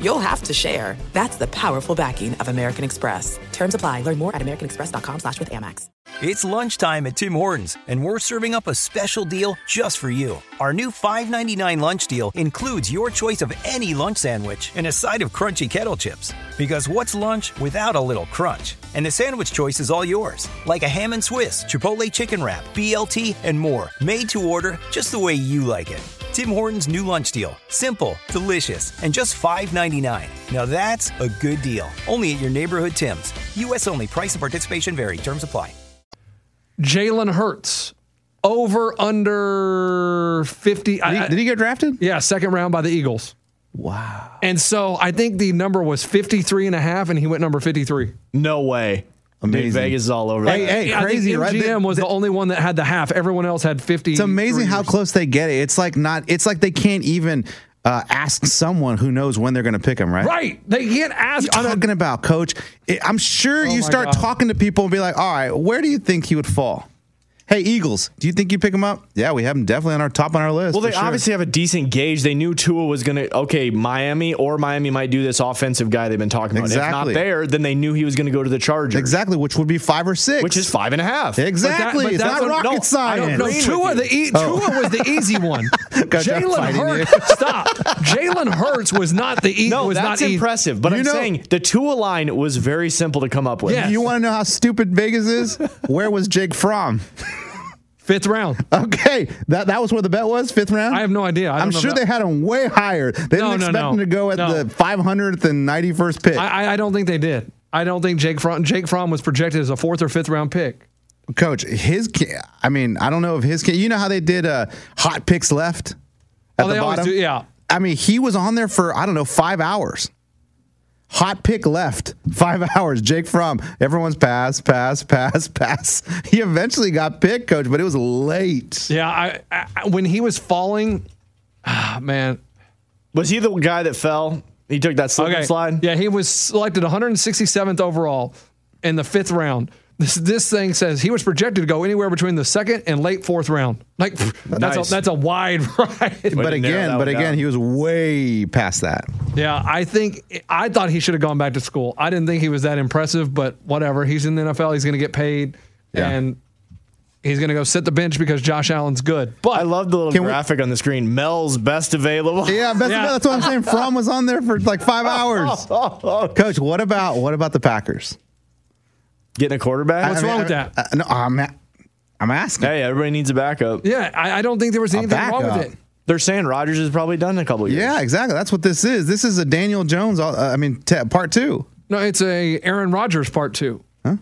Speaker 5: you'll have to share. That's the powerful backing of American Express. Terms apply. Learn more at americanexpress.com slash with Amex.
Speaker 6: It's lunchtime at Tim Hortons, and we're serving up a special deal just for you. Our new $5.99 lunch deal includes your choice of any lunch sandwich and a side of crunchy kettle chips. Because what's lunch without a little crunch? And the sandwich choice is all yours, like a ham and Swiss, Chipotle chicken wrap, BLT, and more, made to order just the way you like it. Tim Hortons' new lunch deal. Simple, delicious, and just $5.99. Now that's a good deal. Only at your neighborhood Tim's. U.S. only. Price and participation vary. Terms apply.
Speaker 4: Jalen Hurts over under 50.
Speaker 3: Did
Speaker 4: I-
Speaker 3: he,
Speaker 4: I-
Speaker 3: did he get drafted?
Speaker 4: yeah, second round by the Eagles. Wow. And so I think the number was 53 and a half, and he went number 53.
Speaker 2: no way.
Speaker 3: Amazing.
Speaker 2: Dude, Vegas is all over.
Speaker 3: Hey,
Speaker 2: that.
Speaker 3: hey,
Speaker 4: I think
Speaker 3: crazy, right?
Speaker 4: MGM
Speaker 3: They-
Speaker 4: was the only one that had the half. Everyone else had 50.
Speaker 3: It's amazing how close they get it. It's like not. It's like they can't even uh, ask someone who knows when they're going to pick him, right?
Speaker 4: Right. They can't ask.
Speaker 3: you
Speaker 4: on a-
Speaker 3: talking about, coach? I- I'm sure you
Speaker 4: Oh my
Speaker 3: start
Speaker 4: God.
Speaker 3: talking to people and be like, all right, where do you think he would fall? Hey, Eagles, do you think you pick them up? Yeah, we have them definitely on our top on our list.
Speaker 2: Well,
Speaker 3: for
Speaker 2: they
Speaker 3: sure.
Speaker 2: obviously have a decent gauge. They knew Tua was going to, okay, Miami or Miami might do this offensive guy they've been talking about.
Speaker 3: Exactly.
Speaker 2: If not there, then they knew he was going to go to the Chargers.
Speaker 3: exactly, which would be five or six,
Speaker 2: Which is five and a half.
Speaker 3: Exactly,
Speaker 4: But that- but
Speaker 3: it's
Speaker 4: that's
Speaker 3: not
Speaker 4: what-
Speaker 3: rocket
Speaker 2: no, I
Speaker 3: science.
Speaker 2: don't
Speaker 4: No,
Speaker 2: Agreeing
Speaker 4: Tua,
Speaker 2: with
Speaker 4: the e- Tua was the easy one.
Speaker 3: Gotcha, I'm
Speaker 4: Jalen
Speaker 3: fighting you.
Speaker 4: Hurts, stop. Jalen Hurts was not the easy.
Speaker 2: No,
Speaker 4: was
Speaker 2: that's
Speaker 4: not e-
Speaker 2: impressive. But
Speaker 3: You
Speaker 2: I'm
Speaker 3: know-
Speaker 2: saying the Tua line was very simple to come up with.
Speaker 4: Yeah.
Speaker 3: You want to know how stupid Vegas is? Where was Jake from?
Speaker 4: Fifth round.
Speaker 3: Okay, that that was where the bet was fifth round.
Speaker 4: I have no idea. I
Speaker 3: I'm
Speaker 4: don't know
Speaker 3: sure
Speaker 4: that-
Speaker 3: they had him way higher. They didn't
Speaker 4: No, no,
Speaker 3: expect
Speaker 4: no.
Speaker 3: him to go at
Speaker 4: No.
Speaker 3: the 500th and 91st pick.
Speaker 4: I, I- I don't think they did. I don't think Jake Fromm. Jake Fromm was projected as a fourth or fifth round pick.
Speaker 3: Coach, his. ca- I mean, I don't know if his. ca- You know how they did uh, hot picks left at
Speaker 4: Oh,
Speaker 3: the
Speaker 4: they always
Speaker 3: bottom.
Speaker 4: do- yeah.
Speaker 3: I mean, he was on there for I don't know five hours. Hot pick left five hours. Jake Fromm. Everyone's pass, pass, pass, pass. He eventually got picked, coach, but it was late.
Speaker 4: Yeah, I, I I- when he was falling, ah, man.
Speaker 2: Was he the guy that fell? He took that slip
Speaker 4: Okay.
Speaker 2: and slide?
Speaker 4: Yeah, he was selected 167th overall in the fifth round. This this thing says he was projected to go anywhere between the second and late fourth round. Like pff, that's
Speaker 2: Nice.
Speaker 4: a, that's a wide ride.
Speaker 3: But
Speaker 2: to narrow
Speaker 3: again,
Speaker 2: that
Speaker 3: but
Speaker 2: one
Speaker 3: again,
Speaker 2: down.
Speaker 3: he was way past that.
Speaker 4: yeah, I think I thought he should have gone back to school. I didn't think he was that impressive, but whatever. He's in the NFL. He's going to get paid,
Speaker 3: Yeah.
Speaker 4: and he's going to go sit the bench because Josh Allen's good. But
Speaker 2: I love the little
Speaker 3: Can we-
Speaker 2: graphic on the screen. Mel's best available.
Speaker 3: Yeah, best
Speaker 4: Yeah.
Speaker 3: Of, that's what I'm saying. Fromm was on there for like five hours. Coach, what about what about the Packers?
Speaker 2: Getting a quarterback?
Speaker 4: What's
Speaker 3: I mean,
Speaker 4: wrong with
Speaker 3: I-
Speaker 4: that?
Speaker 3: I- no, I'm a- I'm asking.
Speaker 2: hey, everybody needs a backup.
Speaker 4: Yeah, I, I don't think there was anything wrong
Speaker 3: backup.
Speaker 4: with it.
Speaker 2: They're saying Rodgers is probably done in a couple years.
Speaker 3: Yeah, exactly. That's what this is. This is a Daniel Jones. Uh, I mean, t- part two.
Speaker 4: No, it's a Aaron Rodgers part two. Huh?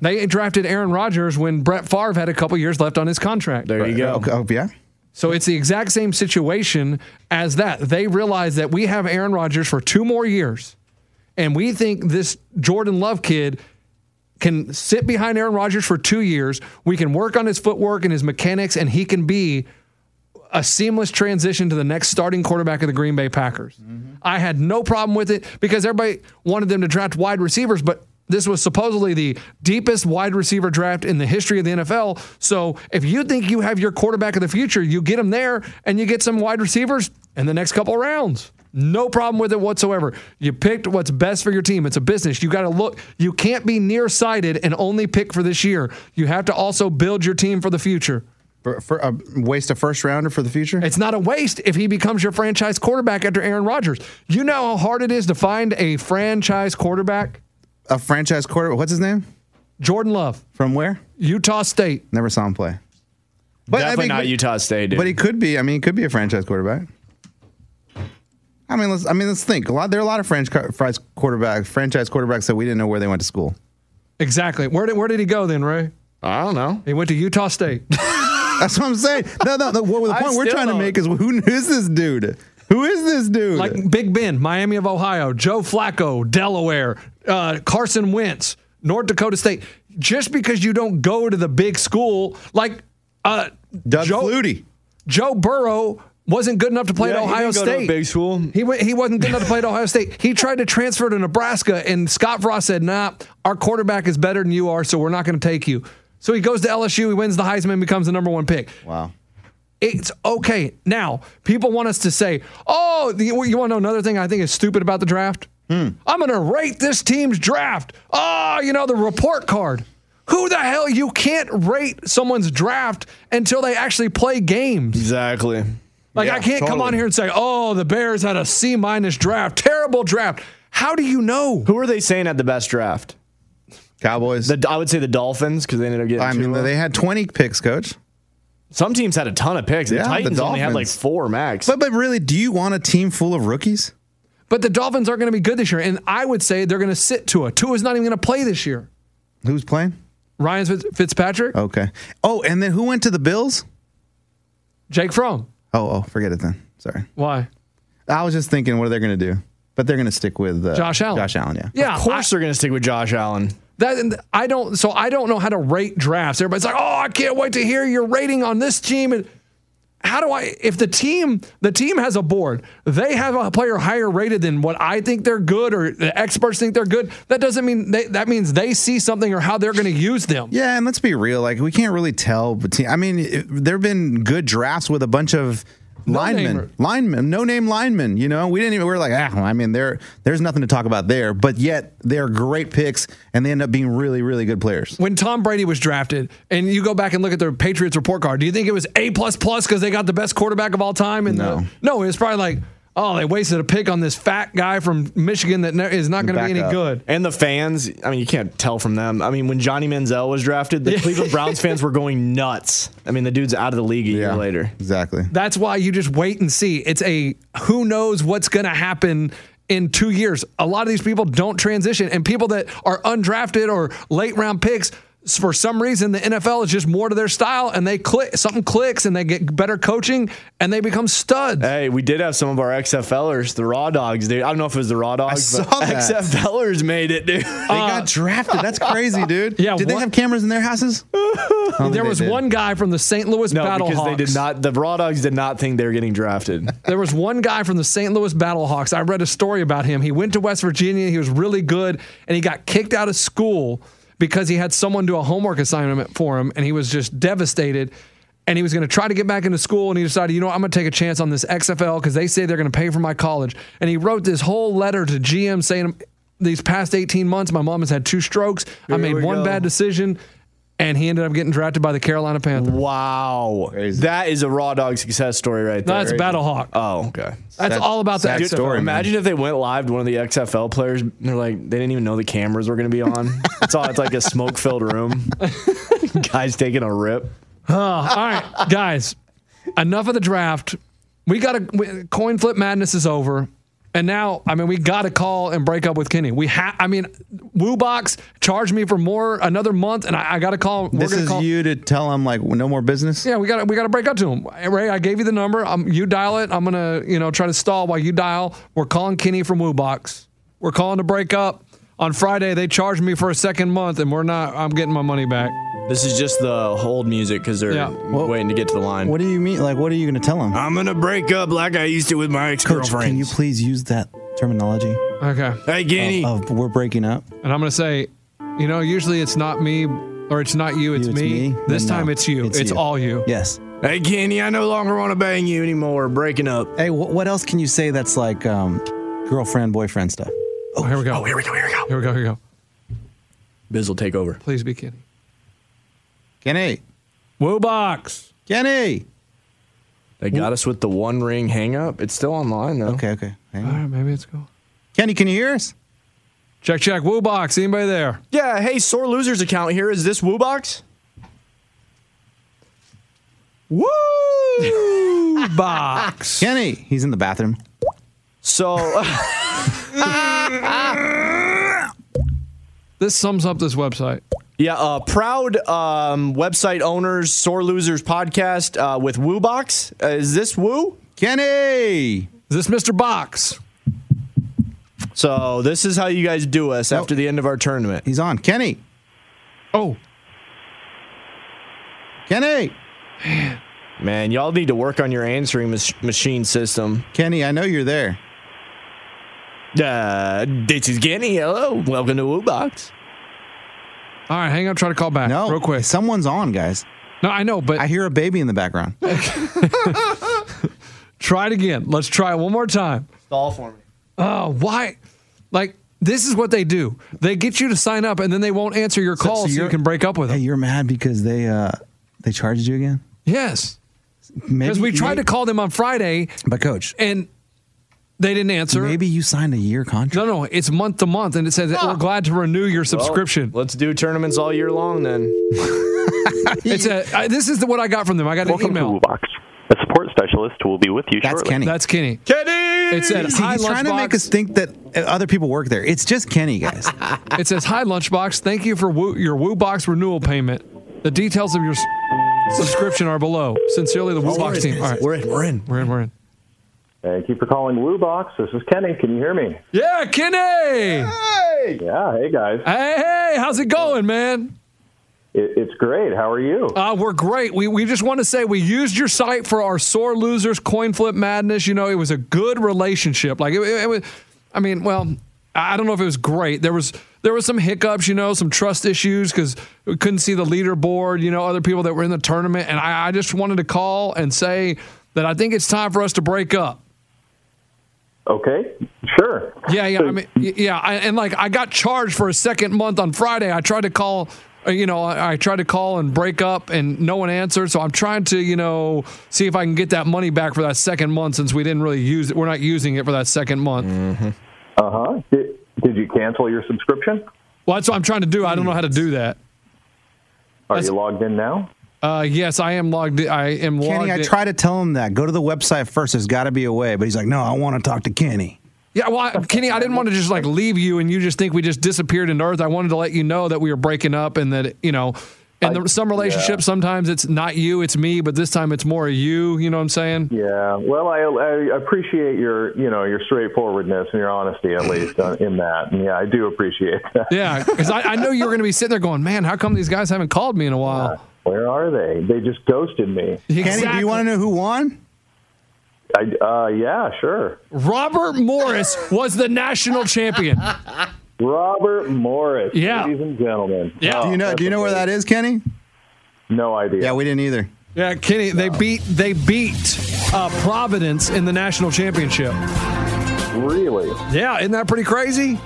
Speaker 4: They drafted Aaron Rodgers when Brett Favre had a couple years left on his contract.
Speaker 2: There you go.
Speaker 3: Okay, oh, yeah.
Speaker 4: So it's the exact same situation as that. They realize that we have Aaron Rodgers for two more years, and we think this Jordan Love kid can sit behind Aaron Rodgers for two years. We can work on his footwork and his mechanics, and he can be a seamless transition to the next starting quarterback of the Green Bay Packers. I had no problem with it because everybody wanted them to draft wide receivers, but this was supposedly the deepest wide receiver draft in the history of the NFL. So if you think you have your quarterback of the future, you get him there and you get some wide receivers in the next couple rounds. No problem with it whatsoever. You picked what's best for your team. It's a business. You got to look. You can't be nearsighted and only pick for this year. You have to also build your team for the future.
Speaker 3: For, for a waste a first rounder for the future.
Speaker 4: It's not a waste if he becomes your franchise quarterback after Aaron Rodgers. You know how hard it is to find a franchise quarterback?
Speaker 3: a franchise quarterback. What's his name?
Speaker 4: Jordan Love,
Speaker 3: From where?
Speaker 4: Utah State.
Speaker 3: Never saw him play. But I
Speaker 2: Definitely
Speaker 3: mean,
Speaker 2: not
Speaker 3: but-
Speaker 2: Utah State, dude.
Speaker 3: But he could be. I mean, he could be a franchise quarterback. I mean, let's. I mean, let's think. A lot. There are a lot of franchise quarterbacks, franchise quarterbacks that we didn't know where they went to school.
Speaker 4: Exactly. Where did where did he go then, Ray?
Speaker 2: I don't know.
Speaker 4: He went to Utah State.
Speaker 3: That's what I'm saying. No, no. no well, the
Speaker 2: I
Speaker 3: point we're
Speaker 2: still
Speaker 3: trying to
Speaker 2: don't-
Speaker 3: make is who is this dude? Who is this dude?
Speaker 4: like Big Ben, Miami of Ohio, Joe Flacco, Delaware, uh, Carson Wentz, North Dakota State. Just because you don't go to the big school, like uh,
Speaker 3: Doug
Speaker 4: Joe-
Speaker 3: Flutie.
Speaker 4: Joe Burrow wasn't good enough to play at
Speaker 2: Yeah, he
Speaker 4: Ohio
Speaker 2: didn't go to a
Speaker 4: State.
Speaker 2: big school.
Speaker 4: He went, he wasn't good enough to play at Ohio State. He tried to transfer to Nebraska, and Scott Frost said, "Nah, our quarterback is better than you are, so we're not going to take you." So he goes to LSU. He wins the Heisman, becomes the number one pick.
Speaker 3: Wow.
Speaker 4: It's okay. Now, people want us to say, oh, the, you want to know another thing I think is stupid about the draft?
Speaker 3: Hmm.
Speaker 4: I'm going to rate this team's draft. Oh, you know, the report card. Who the hell? You can't rate someone's draft until they actually play games.
Speaker 2: Exactly.
Speaker 4: Like,
Speaker 3: Yeah,
Speaker 4: I can't come on
Speaker 3: totally.
Speaker 4: here and say, oh, the Bears had a C minus draft. Terrible draft. How do you know?
Speaker 2: Who are they saying had the best draft?
Speaker 3: Cowboys.
Speaker 2: The, I would say the Dolphins because they ended up getting.
Speaker 3: I mean,
Speaker 2: Tua.
Speaker 3: they had 20 picks, coach.
Speaker 2: some teams had a ton of picks.
Speaker 3: Yeah,
Speaker 2: the
Speaker 3: the
Speaker 2: Titans only had like
Speaker 3: Dolphins.
Speaker 2: four max.
Speaker 3: But but really, do you want a team full of rookies?
Speaker 4: But the Dolphins aren't going to be good this year. And I would say they're going to sit Tua. Tua's not even going to play this year.
Speaker 3: Who's playing?
Speaker 4: Ryan Fitz- Fitzpatrick,
Speaker 3: Okay. Oh, and then who went to the Bills?
Speaker 4: Jake Fromm.
Speaker 3: Oh, oh, forget it then. Sorry.
Speaker 4: Why?
Speaker 3: I was just thinking, what are they going to do? But they're going to stick with uh,
Speaker 4: Josh Allen.
Speaker 3: Josh Allen, yeah.
Speaker 4: Yeah,
Speaker 2: of course,
Speaker 4: I,
Speaker 2: they're going to stick with Josh Allen.
Speaker 4: that and I don't. So I don't know how to rate drafts. Everybody's like, "Oh, I can't wait to hear your rating on this team." And how do I if the team the team has a board, they have a player higher rated than what I think they're good or the experts think they're good. That doesn't mean they, that means they see something or how they're going to use them.
Speaker 3: Yeah, and let's be real. Like we can't really tell. bete- I mean, it- there've been good drafts with a bunch of linemen,
Speaker 4: namer.
Speaker 3: linemen, no name linemen. You know, we didn't even. We were like, ah, well, I mean, there, there's nothing to talk about there. But yet, they're great picks, and they end up being really, really good players.
Speaker 4: When Tom Brady was drafted, and you go back and look at their Patriots report card, do you think it was A plus plus because they got the best quarterback of all time? And
Speaker 3: No.
Speaker 4: no, it was probably like, oh, they wasted a pick on this fat guy from Michigan that ne- is not going to be any
Speaker 3: Backup.
Speaker 4: good.
Speaker 2: And the fans, I mean, you can't tell from them. I mean, when Johnny Manziel was drafted, the Cleveland Browns fans were going nuts. I mean, the dude's out of the league a year later.
Speaker 3: exactly.
Speaker 4: That's why you just wait and see. It's a who knows what's going to happen in two years. A lot of these people don't transition, and people that are undrafted or late round picks. For some reason, the NFL is just more to their style, and they click something clicks, and they get better coaching, and they become studs.
Speaker 2: Hey, we did have some of our XFLers, the Raw Dogs. Dude. I don't know if it was the Raw Dogs, but
Speaker 3: saw that.
Speaker 2: XFLers made it,
Speaker 3: They
Speaker 2: dude.
Speaker 4: Uh.
Speaker 3: got drafted. That's crazy, dude.
Speaker 4: Yeah,
Speaker 3: Did they
Speaker 4: what-
Speaker 3: have cameras in their houses? I don't
Speaker 4: there
Speaker 3: think
Speaker 4: was
Speaker 3: they did.
Speaker 4: one guy from the St. Louis
Speaker 2: no,
Speaker 4: Battlehawks.
Speaker 2: because they did not. The Raw Dogs did not think they were getting drafted.
Speaker 4: There was one guy from the St. Louis Battlehawks. I read a story about him. He went to West Virginia. He was really good, and he got kicked out of school because he had someone do a homework assignment for him, and he was just devastated. And he was going to try to get back into school, and he decided, you know, what, I'm going to take a chance on this XFL because they say they're going to pay for my college. And he wrote this whole letter to GM saying, these past 18 months, my mom has had two strokes. I
Speaker 2: Here
Speaker 4: made
Speaker 2: we
Speaker 4: one
Speaker 2: go.
Speaker 4: bad decision, and he ended up getting drafted by the Carolina Panthers.
Speaker 2: Wow, that is a Raw Dog success story right
Speaker 4: No,
Speaker 2: there.
Speaker 4: that's Battlehawk.
Speaker 2: Oh, okay.
Speaker 4: that's
Speaker 3: Sad-
Speaker 4: all about that
Speaker 3: sad story, man.
Speaker 2: Imagine if they went live to one of the XFL players. And they're like, they didn't even know the cameras were going to be on. it's all it's like a smoke filled room. Guys taking a rip.
Speaker 4: Oh, All right, guys, enough of the draft. We got to coin flip madness is over. And now, I mean, we got to call and break up with Kenny. We ha I mean, WooBox charged me for more another month, and I, I got to call. We're
Speaker 3: This
Speaker 4: gonna
Speaker 3: is
Speaker 4: call.
Speaker 3: you to tell them like no more business.
Speaker 4: Yeah, we got to we got to break up to him. Ray, I gave you the number. Um, you dial it. I'm gonna you know try to stall while you dial. We're calling Kenny from WooBox. We're calling to break up. On Friday, they charged me for a second month, and we're not. I'm getting my money back.
Speaker 2: This is just the old music because they're
Speaker 4: Yeah.
Speaker 2: waiting to get to the line.
Speaker 3: What do you mean? Like, what are you going to tell them?
Speaker 7: I'm gonna break up like I used to with my ex
Speaker 3: Coach, can you
Speaker 7: girlfriend.
Speaker 3: please Oh, use that terminology
Speaker 4: Okay.
Speaker 7: Hey, Kenny.
Speaker 3: of we're breaking up?
Speaker 4: And I'm going to say, you know, usually it's not me or it's not you, it's,
Speaker 3: it's
Speaker 4: me.
Speaker 3: me,
Speaker 4: This
Speaker 3: then no,
Speaker 4: time it's you. It's,
Speaker 3: it's you.
Speaker 4: all you.
Speaker 7: Yes.
Speaker 3: oh.
Speaker 7: Hey, Kenny. I no longer want to bang you anymore. Breaking up.
Speaker 3: Hey, wh- what else can you say that's like um, girlfriend, boyfriend stuff?
Speaker 4: Oh, here we go.
Speaker 7: Oh, here we go. Here we go.
Speaker 4: Here we go. Here we go.
Speaker 2: Biz will take over.
Speaker 4: Please be kidding.
Speaker 3: Kenny,
Speaker 4: Woo box.
Speaker 3: Kenny.
Speaker 2: They got us with the one ring hang up. It's still online though.
Speaker 3: Okay, okay. Hang
Speaker 4: All
Speaker 3: on.
Speaker 4: right, maybe it's cool.
Speaker 3: Kenny, can you hear us?
Speaker 4: Check, check. Woo box. Anybody there?
Speaker 2: Yeah. Hey, sore losers account here. Is this WooBox?
Speaker 4: Woo box.
Speaker 3: Kenny, he's in the bathroom.
Speaker 2: So
Speaker 4: This sums up this website.
Speaker 2: yeah, uh, proud um, website owners, sore losers podcast uh, with WooBox. Uh, is this Woo?
Speaker 3: Kenny.
Speaker 4: Is this Mr. Box?
Speaker 2: So this is how you guys do us after the end of our tournament.
Speaker 3: He's on. Kenny.
Speaker 4: Oh,
Speaker 3: Kenny.
Speaker 2: Man, y'all need to work on your answering mach- machine system.
Speaker 3: Kenny, I know you're there.
Speaker 2: Uh, this is Kenny. Hello. Welcome to WooBox.
Speaker 4: all right. Hang up. Try to call back
Speaker 3: No.
Speaker 4: real quick.
Speaker 3: Someone's on, guys.
Speaker 4: No, I know, but
Speaker 3: I hear a baby in the background.
Speaker 4: try it again. Let's try it one more time.
Speaker 2: Stall for me.
Speaker 4: Oh, why? Like, this is what they do. They get you to sign up and then they won't answer your calls so, you
Speaker 3: you're-
Speaker 4: can break up with
Speaker 3: hey,
Speaker 4: them.
Speaker 3: you're mad because they uh, they charged you again?
Speaker 4: yes. Because we tried to call them on Friday
Speaker 3: But, coach,
Speaker 4: and they didn't answer.
Speaker 3: maybe you signed a year contract.
Speaker 4: No, no, it's month to month and it says that we're glad to renew your subscription.
Speaker 2: Oh, Let's do tournaments all year long then.
Speaker 4: it's a, I, uh, this is the, what I got from them. I got an
Speaker 8: Welcome to
Speaker 4: email.
Speaker 8: WooBox. A support specialist who will be with you
Speaker 3: That's
Speaker 8: shortly.
Speaker 3: Kenny.
Speaker 4: That's Kenny.
Speaker 2: Kenny!
Speaker 4: It said,
Speaker 3: See,
Speaker 4: hi,
Speaker 3: he's trying to make us
Speaker 4: Lunchbox.
Speaker 3: think that uh, other people work there. It's just Kenny, guys.
Speaker 4: It says, hi, Lunchbox. Thank you for woo, your WooBox renewal payment. The details of your s- subscription are below. Sincerely, the WooBox team. All right,
Speaker 2: We're in. We're in.
Speaker 4: we're in, we're in.
Speaker 8: Thank you for calling WooBox. This is Kenny. Can you hear me?
Speaker 4: Yeah, Kenny!
Speaker 8: Yeah. Hey guys.
Speaker 4: Hey, hey, how's it going, man?
Speaker 8: It, it's great. How are you?
Speaker 4: Uh, we're great. We, we just want to say we used your site for our sore losers coin flip madness. You know, it was a good relationship. Like it, it, it was, I mean, well, I don't know if it was great. There was there was some hiccups, you know, some trust issues because we couldn't see the leaderboard. You know, other people that were in the tournament, and I, I just wanted to call and say that I think it's time for us to break up.
Speaker 8: Okay, sure.
Speaker 4: Yeah, yeah. I mean, y- yeah, I, and like I got charged for a second month on Friday. I tried to call, uh, you know, I, I tried to call and break up, and no one answered. So I'm trying to, you know, see if I can get that money back for that second month since we didn't really use it. We're not using it for that second month.
Speaker 3: Mm.
Speaker 8: Uh huh. Did, did you cancel your subscription?
Speaker 4: Well, that's what I'm trying to do. I don't know how to do that.
Speaker 8: Are you logged in now?
Speaker 4: Uh, yes, I am logged. in- I am logged.
Speaker 3: Kenny, I
Speaker 4: in.
Speaker 3: try to tell him that. Go to the website first. There's got to be a way. But he's like, no, I want to talk to Kenny.
Speaker 4: Yeah, well, I, Kenny, I didn't want to just like leave you and you just think we just disappeared into earth. I wanted to let you know that we were breaking up and that, you know, and there, some relationships, sometimes it's not you, it's me, but this time it's more you. You know what I'm saying?
Speaker 8: Yeah. Well, I, I appreciate your you know your straightforwardness and your honesty at least uh, in that. And yeah, I do appreciate that.
Speaker 4: Yeah. Because I, I know you were going to be sitting there going, man, how come these guys haven't called me in a while?
Speaker 8: Where are they? They just ghosted me.
Speaker 3: Kenny, do
Speaker 4: Exactly.
Speaker 3: you want to know who won?
Speaker 8: I, uh, yeah, sure.
Speaker 4: Robert Morris was the national champion.
Speaker 8: Robert Morris,
Speaker 4: Yeah.
Speaker 8: ladies and gentlemen. Oh,
Speaker 4: Yeah.
Speaker 3: Do you know? Do you know where that is, Kenny?
Speaker 8: No idea.
Speaker 3: Oh, Yeah, we didn't either.
Speaker 4: Yeah, Kenny, they beat they beat uh, Providence in the national championship.
Speaker 8: Really?
Speaker 4: Yeah, isn't that pretty crazy?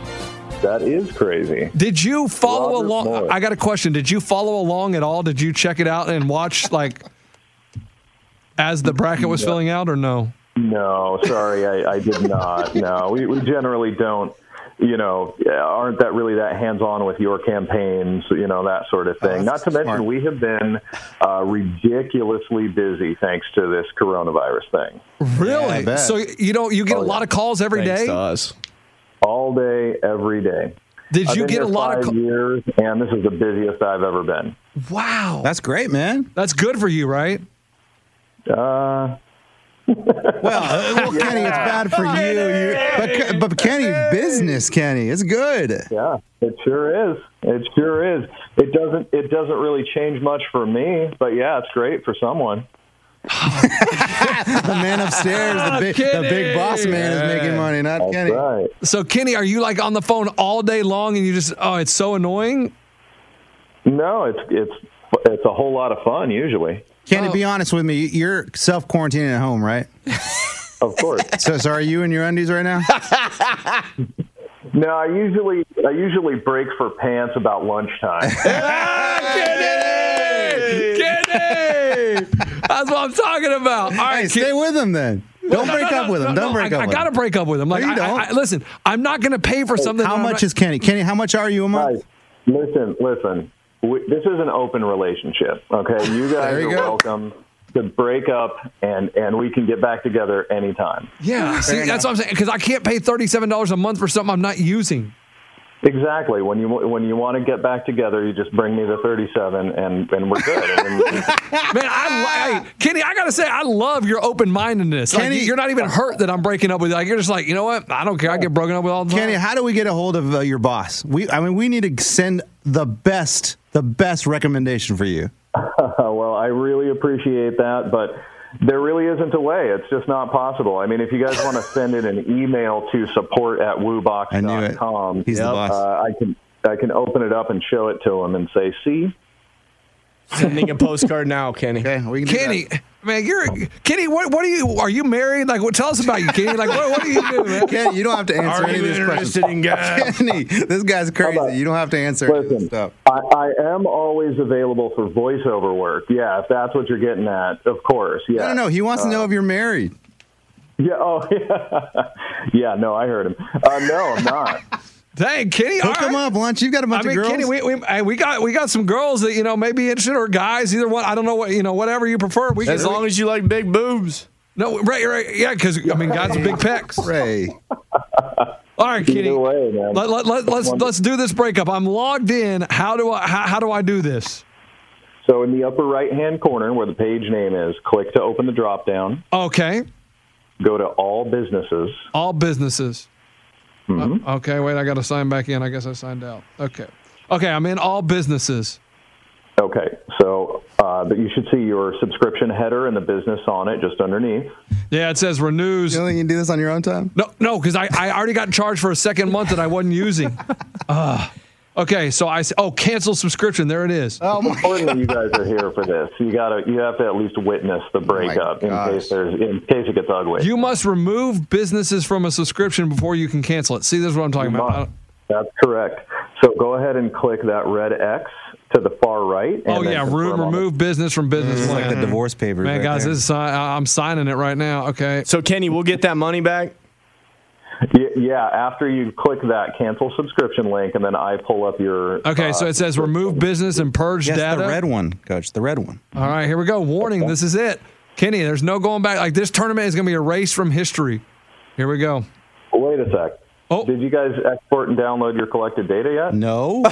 Speaker 8: That is crazy.
Speaker 4: Did you follow
Speaker 8: Robert
Speaker 4: along?
Speaker 8: Morris.
Speaker 4: I got a question. Did you follow along at all? Did you check it out and watch like as the bracket was filling out or no?
Speaker 8: No, sorry, I, I did not. No, we, we generally don't. You know, aren't that really that hands-on with your campaigns? You know that sort of
Speaker 4: Oh,
Speaker 8: thing. not to mention, we have been uh, ridiculously busy thanks to this coronavirus thing.
Speaker 3: Yeah, I
Speaker 4: Really?
Speaker 3: bet. Oh,
Speaker 4: so you know you get a lot of calls every day.
Speaker 2: Thanks to us.
Speaker 8: All day, every day.
Speaker 4: Did
Speaker 8: I've
Speaker 4: you
Speaker 8: been
Speaker 4: get
Speaker 8: here
Speaker 4: a lot
Speaker 8: five
Speaker 4: of calls?
Speaker 8: years, and this is the busiest I've ever been.
Speaker 4: Wow,
Speaker 3: That's great, man.
Speaker 4: that's good for you, right?
Speaker 8: Uh,
Speaker 3: Well, uh, well Kenny, it's bad for you. you but, but Kenny's business, Kenny, it's good.
Speaker 8: Yeah, it sure is. It sure is. It doesn't. It doesn't really change much for me, but yeah, it's great for someone.
Speaker 3: The man upstairs, the big, the
Speaker 4: Kenny!
Speaker 3: big boss man, is making money, not
Speaker 8: That's
Speaker 3: Kenny.
Speaker 8: right.
Speaker 4: So Kenny, are you like on the phone all day long and you just oh it's so annoying?
Speaker 8: No, it's it's it's a whole lot of fun usually.
Speaker 3: Kenny,
Speaker 8: Oh.
Speaker 3: be honest with me. You're self quarantining at home, right?
Speaker 8: Of course.
Speaker 3: So, so are you in your undies right now?
Speaker 8: no, I usually I usually break for pants about lunchtime.
Speaker 4: Kenny, Kenny, that's what I'm talking about. All right,
Speaker 3: hey,
Speaker 4: Kenny.
Speaker 3: stay with him then. Don't
Speaker 4: No,
Speaker 3: break
Speaker 4: no,
Speaker 3: up
Speaker 4: no,
Speaker 3: with him.
Speaker 4: no,
Speaker 3: Don't
Speaker 4: no,
Speaker 3: break
Speaker 4: I,
Speaker 3: up.
Speaker 4: I
Speaker 3: with
Speaker 4: gotta
Speaker 3: him.
Speaker 4: break up with him. Like,
Speaker 3: you
Speaker 4: I- I, I,
Speaker 3: don't. Oh,
Speaker 4: listen, I'm not gonna pay for something.
Speaker 3: How
Speaker 4: that I'm
Speaker 3: much
Speaker 4: not-
Speaker 3: is Kenny? Kenny, how much are you a month?
Speaker 8: guys, listen, listen. We, this is an open relationship. Okay, you guys
Speaker 3: There you
Speaker 8: are
Speaker 3: go.
Speaker 8: welcome to break up, and and we can get back together anytime.
Speaker 4: Yeah, see, that's what I'm saying. Because I can't pay thirty-seven dollars a month for something I'm not using.
Speaker 8: Exactly. When you when you want to get back together, you just bring me the 37, and and we're good. And then-
Speaker 4: Man, I like Kenny. I gotta say, I love your open-mindedness. Like,
Speaker 3: Kenny-
Speaker 4: you're not even hurt that I'm breaking up with you. Like, you're just like, you know what? I don't care. I get broken up with all the time.
Speaker 3: Kenny, how do we get a hold of uh, your boss? We, I mean, we need to send the best, the best recommendation for you.
Speaker 8: Uh, well, I really appreciate that, but there really isn't a way. It's just not possible. I mean, if you guys want to send in an email to support at
Speaker 3: I knew it.
Speaker 8: woobox.com,
Speaker 3: He's the boss.
Speaker 8: Uh, I can I can open it up and show it to him and say, see,
Speaker 2: Sending a postcard now, Kenny.
Speaker 3: Okay, we can do
Speaker 4: Kenny, man, you're Kenny. What, what are you? Are you married? Like, what, tell us about you, Kenny. Like, what, what do you do, man?
Speaker 3: that. Kenny, you don't have to answer
Speaker 2: Are
Speaker 3: any of
Speaker 2: you
Speaker 3: these
Speaker 2: interested in
Speaker 3: questions.
Speaker 2: guys?
Speaker 3: Kenny, this guy's crazy. You don't have to answer any of this
Speaker 8: listen,
Speaker 3: stuff.
Speaker 8: I, I am always available for voiceover work. Yeah, if that's what you're getting at, of course. Yeah.
Speaker 3: I don't know. He
Speaker 8: Uh,
Speaker 3: wants to know if you're married.
Speaker 8: Yeah. Oh, yeah. yeah. No, I heard him. Uh, no, I'm not.
Speaker 4: Dang, Kenny. all
Speaker 3: Hook him
Speaker 4: right.
Speaker 3: up, lunch. You've got a bunch
Speaker 4: I mean,
Speaker 3: of girls.
Speaker 4: Kenny, we, we, hey, we got we got some girls that you know may be interested or guys, either one. I don't know what you know, whatever you prefer. We
Speaker 2: As
Speaker 4: can,
Speaker 2: long as you like big boobs.
Speaker 4: no, right, right, yeah, because I mean, guys with big pecs.
Speaker 3: Ray.
Speaker 4: All right, Kenny,
Speaker 8: Either way, man.
Speaker 4: let, let, let, let's let's do this breakup. I'm logged in. How do I how, how do I do this?
Speaker 8: So in the upper right hand corner where the page name is, click to open the drop down,
Speaker 4: Okay,
Speaker 8: go to all businesses.
Speaker 4: all businesses. Uh, okay, wait, I got to sign back in. I guess I signed out. Okay, okay, I'm in all businesses.
Speaker 8: Okay, so uh, but you should see your subscription header and the business on it just underneath.
Speaker 4: Yeah, it says renews.
Speaker 3: You don't think you can do this on your own time?
Speaker 4: No, no, because I, I already got charged for a second month that I wasn't using. Ugh. okay, so I s- oh cancel subscription. There it is.
Speaker 8: Oh my you guys are here for this. You gotta, you have to at least witness the breakup in case there's, in case it gets ugly.
Speaker 4: You must remove businesses from a subscription before you can cancel it. See, this is what I'm talking about. I don't-
Speaker 8: That's correct. So go ahead and click that red X to the far right.
Speaker 4: Oh
Speaker 8: and then
Speaker 4: yeah,
Speaker 8: confirm
Speaker 4: re-
Speaker 8: on the-
Speaker 4: remove business from business
Speaker 8: It's like
Speaker 4: plan.
Speaker 8: the
Speaker 9: divorce papers
Speaker 4: Uh-huh. Man,
Speaker 9: right
Speaker 4: guys,
Speaker 9: there.
Speaker 4: this is, si- I- I'm signing it right now. Okay.
Speaker 2: So Kenny, we'll get that money back.
Speaker 8: Y- Yeah, after you click that cancel subscription link, and then I pull up your.
Speaker 4: Okay,
Speaker 8: uh,
Speaker 4: so it says remove business and purge
Speaker 9: Yes,
Speaker 4: data.
Speaker 9: the red one, coach. The red one.
Speaker 4: All right, here we go. Warning, this is it. Kenny, there's no going back. Like this tournament is going to be erased from history. Here we go.
Speaker 8: Wait a sec.
Speaker 4: Oh.
Speaker 8: Did you guys export and download your collected data yet?
Speaker 9: No.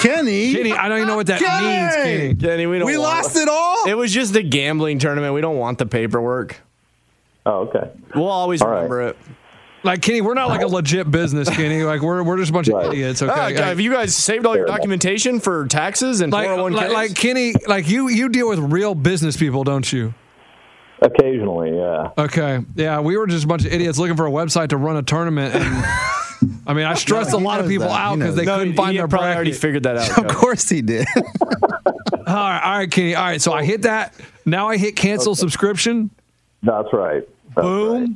Speaker 3: Kenny,
Speaker 4: Kenny, I don't even know what that
Speaker 3: Kenny!
Speaker 4: means, Kenny.
Speaker 2: Kenny, we don't.
Speaker 3: we
Speaker 2: want-
Speaker 3: lost it all.
Speaker 2: It was just a gambling tournament. We don't want the paperwork.
Speaker 8: Oh, okay.
Speaker 2: We'll always
Speaker 8: right.
Speaker 2: remember it.
Speaker 4: Like Kenny, we're not like a legit business, Kenny. Like we're we're just a bunch of
Speaker 8: Right.
Speaker 4: idiots.
Speaker 2: Ah,
Speaker 4: Okay.
Speaker 2: God, have you guys saved all your documentation for taxes and
Speaker 4: like,
Speaker 2: 401k?
Speaker 4: like, like Kenny, like you you deal with real business people, don't you?
Speaker 8: Occasionally, yeah.
Speaker 4: Okay. Yeah, we were just a bunch of idiots looking for a website to run a tournament. And, I mean, I stressed a
Speaker 3: he
Speaker 4: lot of
Speaker 3: knows
Speaker 4: people
Speaker 3: that. He
Speaker 4: out because
Speaker 3: knows
Speaker 4: they
Speaker 3: that.
Speaker 4: couldn't find
Speaker 2: you
Speaker 4: their
Speaker 2: probably already
Speaker 4: bracket.
Speaker 2: figured that out.
Speaker 3: Of course he did.
Speaker 4: all right, all right, Kenny. All right, so I hit that. Now I hit cancel subscription.
Speaker 8: That's right. That's
Speaker 4: Boom.
Speaker 8: right.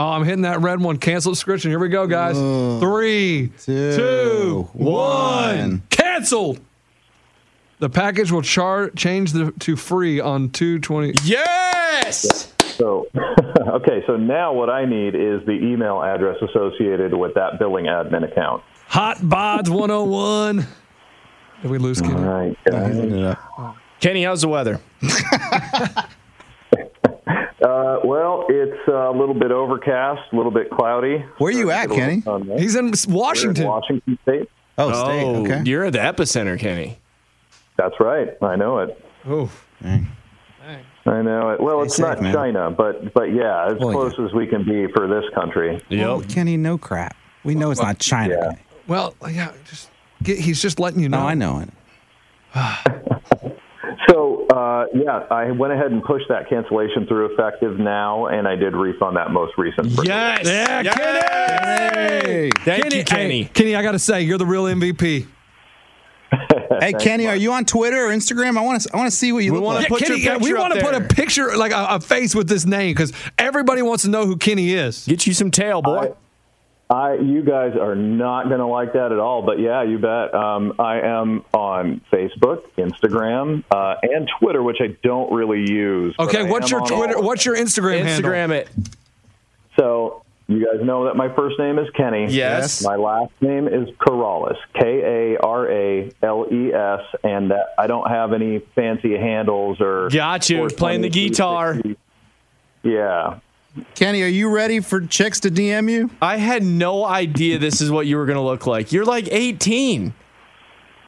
Speaker 4: Oh, I'm hitting that red one. Cancel subscription. Here we go, guys. Three, two,
Speaker 3: two,
Speaker 4: one.
Speaker 3: one.
Speaker 4: Canceled. The package will char- change the, to free on 220.
Speaker 2: yes.
Speaker 8: So, okay, so now what I need is the email address associated with that billing admin account.
Speaker 4: Hot Bods 101. Did oh we lose
Speaker 8: All
Speaker 4: Kenny?
Speaker 8: right.
Speaker 2: Kenny, how's the weather?
Speaker 8: Uh, well, it's a little bit overcast, a little bit cloudy.
Speaker 3: Where you at, Kenny?
Speaker 4: He's in Washington.
Speaker 8: Washington State.
Speaker 3: Oh, state. Okay.
Speaker 2: you're at the epicenter, Kenny.
Speaker 8: That's right. I know it.
Speaker 4: Oh.
Speaker 8: I know it. Well,
Speaker 9: Stay
Speaker 8: it's
Speaker 9: safe,
Speaker 8: not
Speaker 9: man.
Speaker 8: China, but but yeah, as
Speaker 9: Well,
Speaker 8: close as we can be for this country.
Speaker 9: Oh, Kenny, no crap. We know it's not China.
Speaker 8: Yeah.
Speaker 9: Kenny.
Speaker 4: Well, yeah, just get, he's just letting you know.
Speaker 9: No, I know it.
Speaker 8: So uh, yeah, I went ahead and pushed that cancellation through effective now, and I did refund that most recent.
Speaker 2: Yes.
Speaker 4: Yeah,
Speaker 2: Kenny. Thank you, Kenny.
Speaker 4: hey, Kenny, I got to say, you're the real MVP.
Speaker 3: Hey, Kenny, are you on Twitter or Instagram? I want to. I want to see what you
Speaker 2: We
Speaker 3: look
Speaker 2: wanna
Speaker 3: like.
Speaker 4: Yeah,
Speaker 2: Put your
Speaker 4: Kenny, yeah, we
Speaker 2: picture up
Speaker 4: want to put a
Speaker 2: there.
Speaker 4: picture, like a, a face with this name, because everybody wants to know who Kenny is.
Speaker 2: Get you some tail, boy.
Speaker 8: I, you guys are not going to like that at all, but yeah, you bet. Um, I am on Facebook, Instagram, uh, and Twitter, which I don't really use. but
Speaker 4: Okay,
Speaker 8: I
Speaker 4: what's
Speaker 8: am
Speaker 4: your
Speaker 8: on all
Speaker 4: Twitter?
Speaker 8: of
Speaker 4: What's your Instagram handle?
Speaker 2: Instagram it.
Speaker 8: So you guys know that my first name is Kenny.
Speaker 2: Yes.
Speaker 8: My last name is Corrales. K A R A L E S, and that I don't have any fancy handles or.
Speaker 2: Got you.
Speaker 8: 420,
Speaker 2: Playing the guitar.
Speaker 8: 360. Yeah.
Speaker 3: Kenny, are you ready for chicks to DM you?
Speaker 2: I had no idea this is what you were going to look like. You're like 18.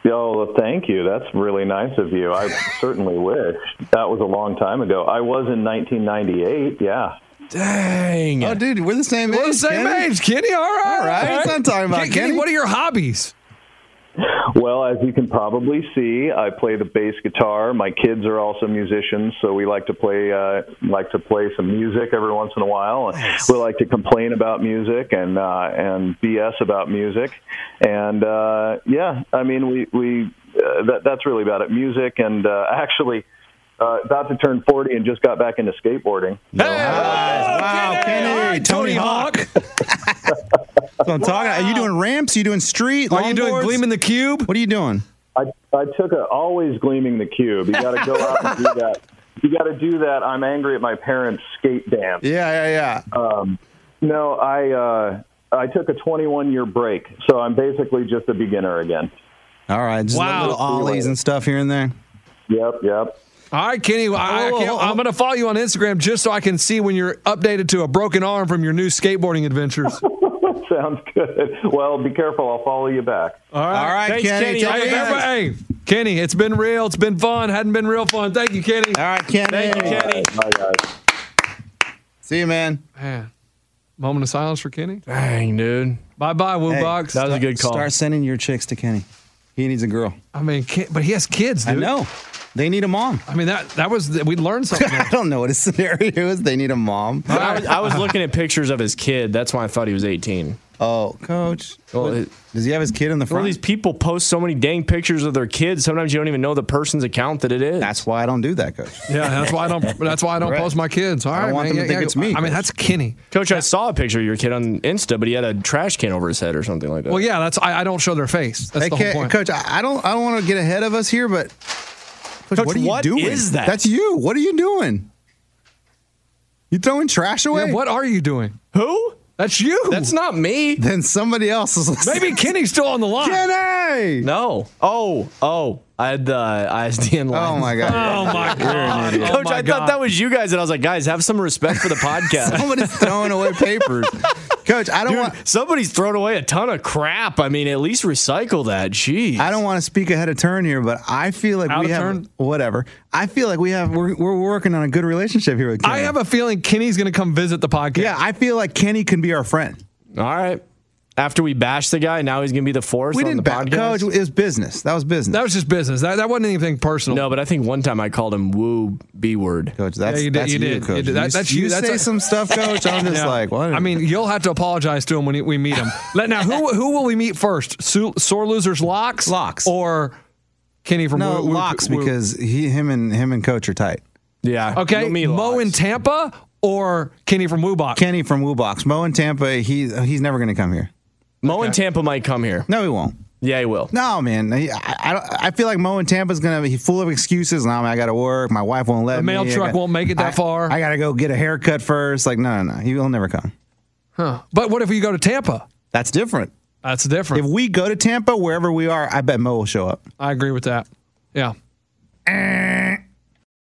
Speaker 8: Oh, well, thank you. That's really nice of you. I certainly wish. That was a long time ago. I was in 1998. Yeah.
Speaker 2: Dang.
Speaker 3: Oh, dude, we're the same
Speaker 4: We're the
Speaker 3: age.
Speaker 4: same
Speaker 3: Kenny.
Speaker 4: age, Kenny. All right,
Speaker 3: All right, that's what I'm talking about, Kenny.
Speaker 4: What are your hobbies?
Speaker 8: Well, as you can probably see, I play the bass guitar. My kids are also musicians, so we like to play uh, like to play some music every once in a while. We like to complain about music and uh, and BS about music, and uh, yeah, I mean we we uh, that that's really about it. Music and uh, actually. Uh, about to turn 40 and just got back into skateboarding.
Speaker 3: Wow, Kenny,
Speaker 4: All right, Tony,
Speaker 3: Tony
Speaker 4: Hawk.
Speaker 3: That's what I'm talking. About. Are you doing ramps? Are you doing street?
Speaker 4: Are you doing
Speaker 3: longboards?
Speaker 4: Gleam in the Cube?
Speaker 3: What are you doing?
Speaker 8: I, I took a always gleaming the cube. You got to go out and do that. You got to do that. I'm angry at my parents' skate dance.
Speaker 3: Yeah, yeah, yeah.
Speaker 8: No, I uh, I took a 21 year break, so I'm basically just a beginner again.
Speaker 9: All right. Just
Speaker 4: Wow.
Speaker 9: little ollies and stuff here and there.
Speaker 8: Yep, yep.
Speaker 4: All right, Kenny. I, I
Speaker 9: Oh,
Speaker 4: can't,
Speaker 9: oh, oh.
Speaker 4: I'm going to follow you on Instagram just so I can see when you're updated to a broken arm from your new skateboarding adventures.
Speaker 8: Sounds good. Well, be careful. I'll follow you back.
Speaker 4: All right.
Speaker 3: All right,
Speaker 2: Thanks,
Speaker 3: Kenny.
Speaker 2: Kenny.
Speaker 3: take
Speaker 2: I
Speaker 3: it
Speaker 4: Hey,
Speaker 3: easy.
Speaker 2: remember-
Speaker 4: everybody- hey, Kenny, it's been real. It's been fun. Hadn't been real fun. Thank you, Kenny.
Speaker 3: All right, Kenny.
Speaker 2: Thank you, Kenny.
Speaker 8: Bye, guys.
Speaker 3: See you, man.
Speaker 4: Man, moment of silence for Kenny.
Speaker 2: Dang, dude.
Speaker 4: Bye bye, Woo
Speaker 3: Hey,
Speaker 4: Box.
Speaker 2: That was a good call.
Speaker 9: Start sending your chicks to Kenny.
Speaker 3: He needs a girl.
Speaker 4: I mean, ki- but he has kids.
Speaker 3: I
Speaker 4: Dude.
Speaker 3: know. They need a mom.
Speaker 4: I mean that that was we learned something.
Speaker 3: I don't know what his scenario is. They need a mom.
Speaker 2: But I, was, I was looking at pictures of his kid. That's why I thought he was 18.
Speaker 3: Oh, coach.
Speaker 2: Well,
Speaker 3: What-
Speaker 2: it-
Speaker 3: does he have his kid in the
Speaker 2: All
Speaker 3: front?
Speaker 2: these people post so many dang pictures of their kids. Sometimes you don't even know the person's account that it is.
Speaker 3: That's why I don't do that, coach.
Speaker 4: Yeah, that's why I don't. That's why I don't
Speaker 3: Right.
Speaker 4: post my kids. All
Speaker 3: I
Speaker 4: right,
Speaker 3: don't want
Speaker 4: man,
Speaker 3: them to
Speaker 4: yeah,
Speaker 3: think
Speaker 4: yeah.
Speaker 3: it's me,
Speaker 4: I mean,
Speaker 3: coach.
Speaker 4: that's Kenny.
Speaker 2: Coach, I saw a picture of your kid on Insta, but he had a trash can over his head or something like that.
Speaker 4: Well, yeah, that's I, I don't show their face. That's
Speaker 3: Hey,
Speaker 4: the whole
Speaker 3: Ca-
Speaker 4: point.
Speaker 3: coach, I I don't. I don't want to get ahead of us here, but coach,
Speaker 2: Coach,
Speaker 3: what are you
Speaker 2: what
Speaker 3: doing?
Speaker 2: is that?
Speaker 3: That's you. What are you doing? You throwing trash away?
Speaker 4: Yeah, what are you doing?
Speaker 2: Who?
Speaker 4: That's you.
Speaker 2: That's not me.
Speaker 3: Then somebody else is listening.
Speaker 4: maybe Kenny's still on the line.
Speaker 3: Kenny.
Speaker 2: No. Oh, oh. I had the ISDN line.
Speaker 3: Oh my god.
Speaker 4: Oh my god, Oh
Speaker 2: Coach,
Speaker 4: my
Speaker 2: I
Speaker 4: God.
Speaker 2: thought that was you guys, and I was like, guys, have some respect for the podcast.
Speaker 3: Somebody's throwing away papers. Coach, I don't
Speaker 2: Dude,
Speaker 3: want.
Speaker 2: somebody's thrown away a ton of crap. I mean, at least recycle that. Jeez.
Speaker 3: I don't want to speak ahead of turn here, but I feel like
Speaker 4: Out
Speaker 3: we
Speaker 4: of
Speaker 3: have
Speaker 4: turn?
Speaker 3: whatever. I feel like we have we're, we're working on a good relationship here with Kenny.
Speaker 4: I have a feeling Kenny's going to come visit the podcast.
Speaker 3: yeah. I feel like Kenny can be our friend.
Speaker 2: All right. After we bash the guy, now he's gonna be the fourth
Speaker 3: we
Speaker 2: on the
Speaker 3: didn't back
Speaker 2: podcast.
Speaker 3: coach. It was business. That was business.
Speaker 4: that was just business. That, that wasn't anything personal.
Speaker 2: No, but I think one time I called him woo b word.
Speaker 3: Coach, that's
Speaker 4: you did-
Speaker 3: that's
Speaker 4: you
Speaker 3: you,
Speaker 4: did, you
Speaker 3: coach.
Speaker 4: did. That-
Speaker 3: s-
Speaker 4: that's you. That's
Speaker 3: say
Speaker 4: a-
Speaker 3: some stuff, coach. I'm just
Speaker 4: Yeah.
Speaker 3: like, what?
Speaker 4: I mean, you'll have to apologize to him when we meet him. Let, now, who who will we meet first? Su- sore losers, locks,
Speaker 3: Locks.
Speaker 4: or Kenny from
Speaker 3: no
Speaker 4: Woo- Woo-
Speaker 3: locks
Speaker 4: Woo-
Speaker 3: because he, him, and him and coach are tight.
Speaker 2: Yeah.
Speaker 4: okay,
Speaker 2: You'll meet
Speaker 4: Mo
Speaker 2: lots.
Speaker 4: in Tampa or Kenny from Woobach.
Speaker 3: Kenny from Woobox, Mo in Tampa. He he's never going to come here.
Speaker 2: Mo and Tampa might come here.
Speaker 3: No, he won't.
Speaker 2: Yeah, he will.
Speaker 3: No, man. He, I, I, don't- I feel like Mo in Tampa's going to be full of excuses. Now I got to work. My wife won't let
Speaker 4: The
Speaker 3: me.
Speaker 4: mail
Speaker 3: I
Speaker 4: truck
Speaker 3: got-
Speaker 4: won't make it that
Speaker 3: I-
Speaker 4: far."
Speaker 3: I got to go get a haircut first. Like, no, no, no. He will never come.
Speaker 4: Huh. But what if you go to Tampa?
Speaker 3: That's different.
Speaker 4: That's different.
Speaker 3: If we go to Tampa, wherever we are, I bet Mo will show up.
Speaker 4: I agree with that. Yeah.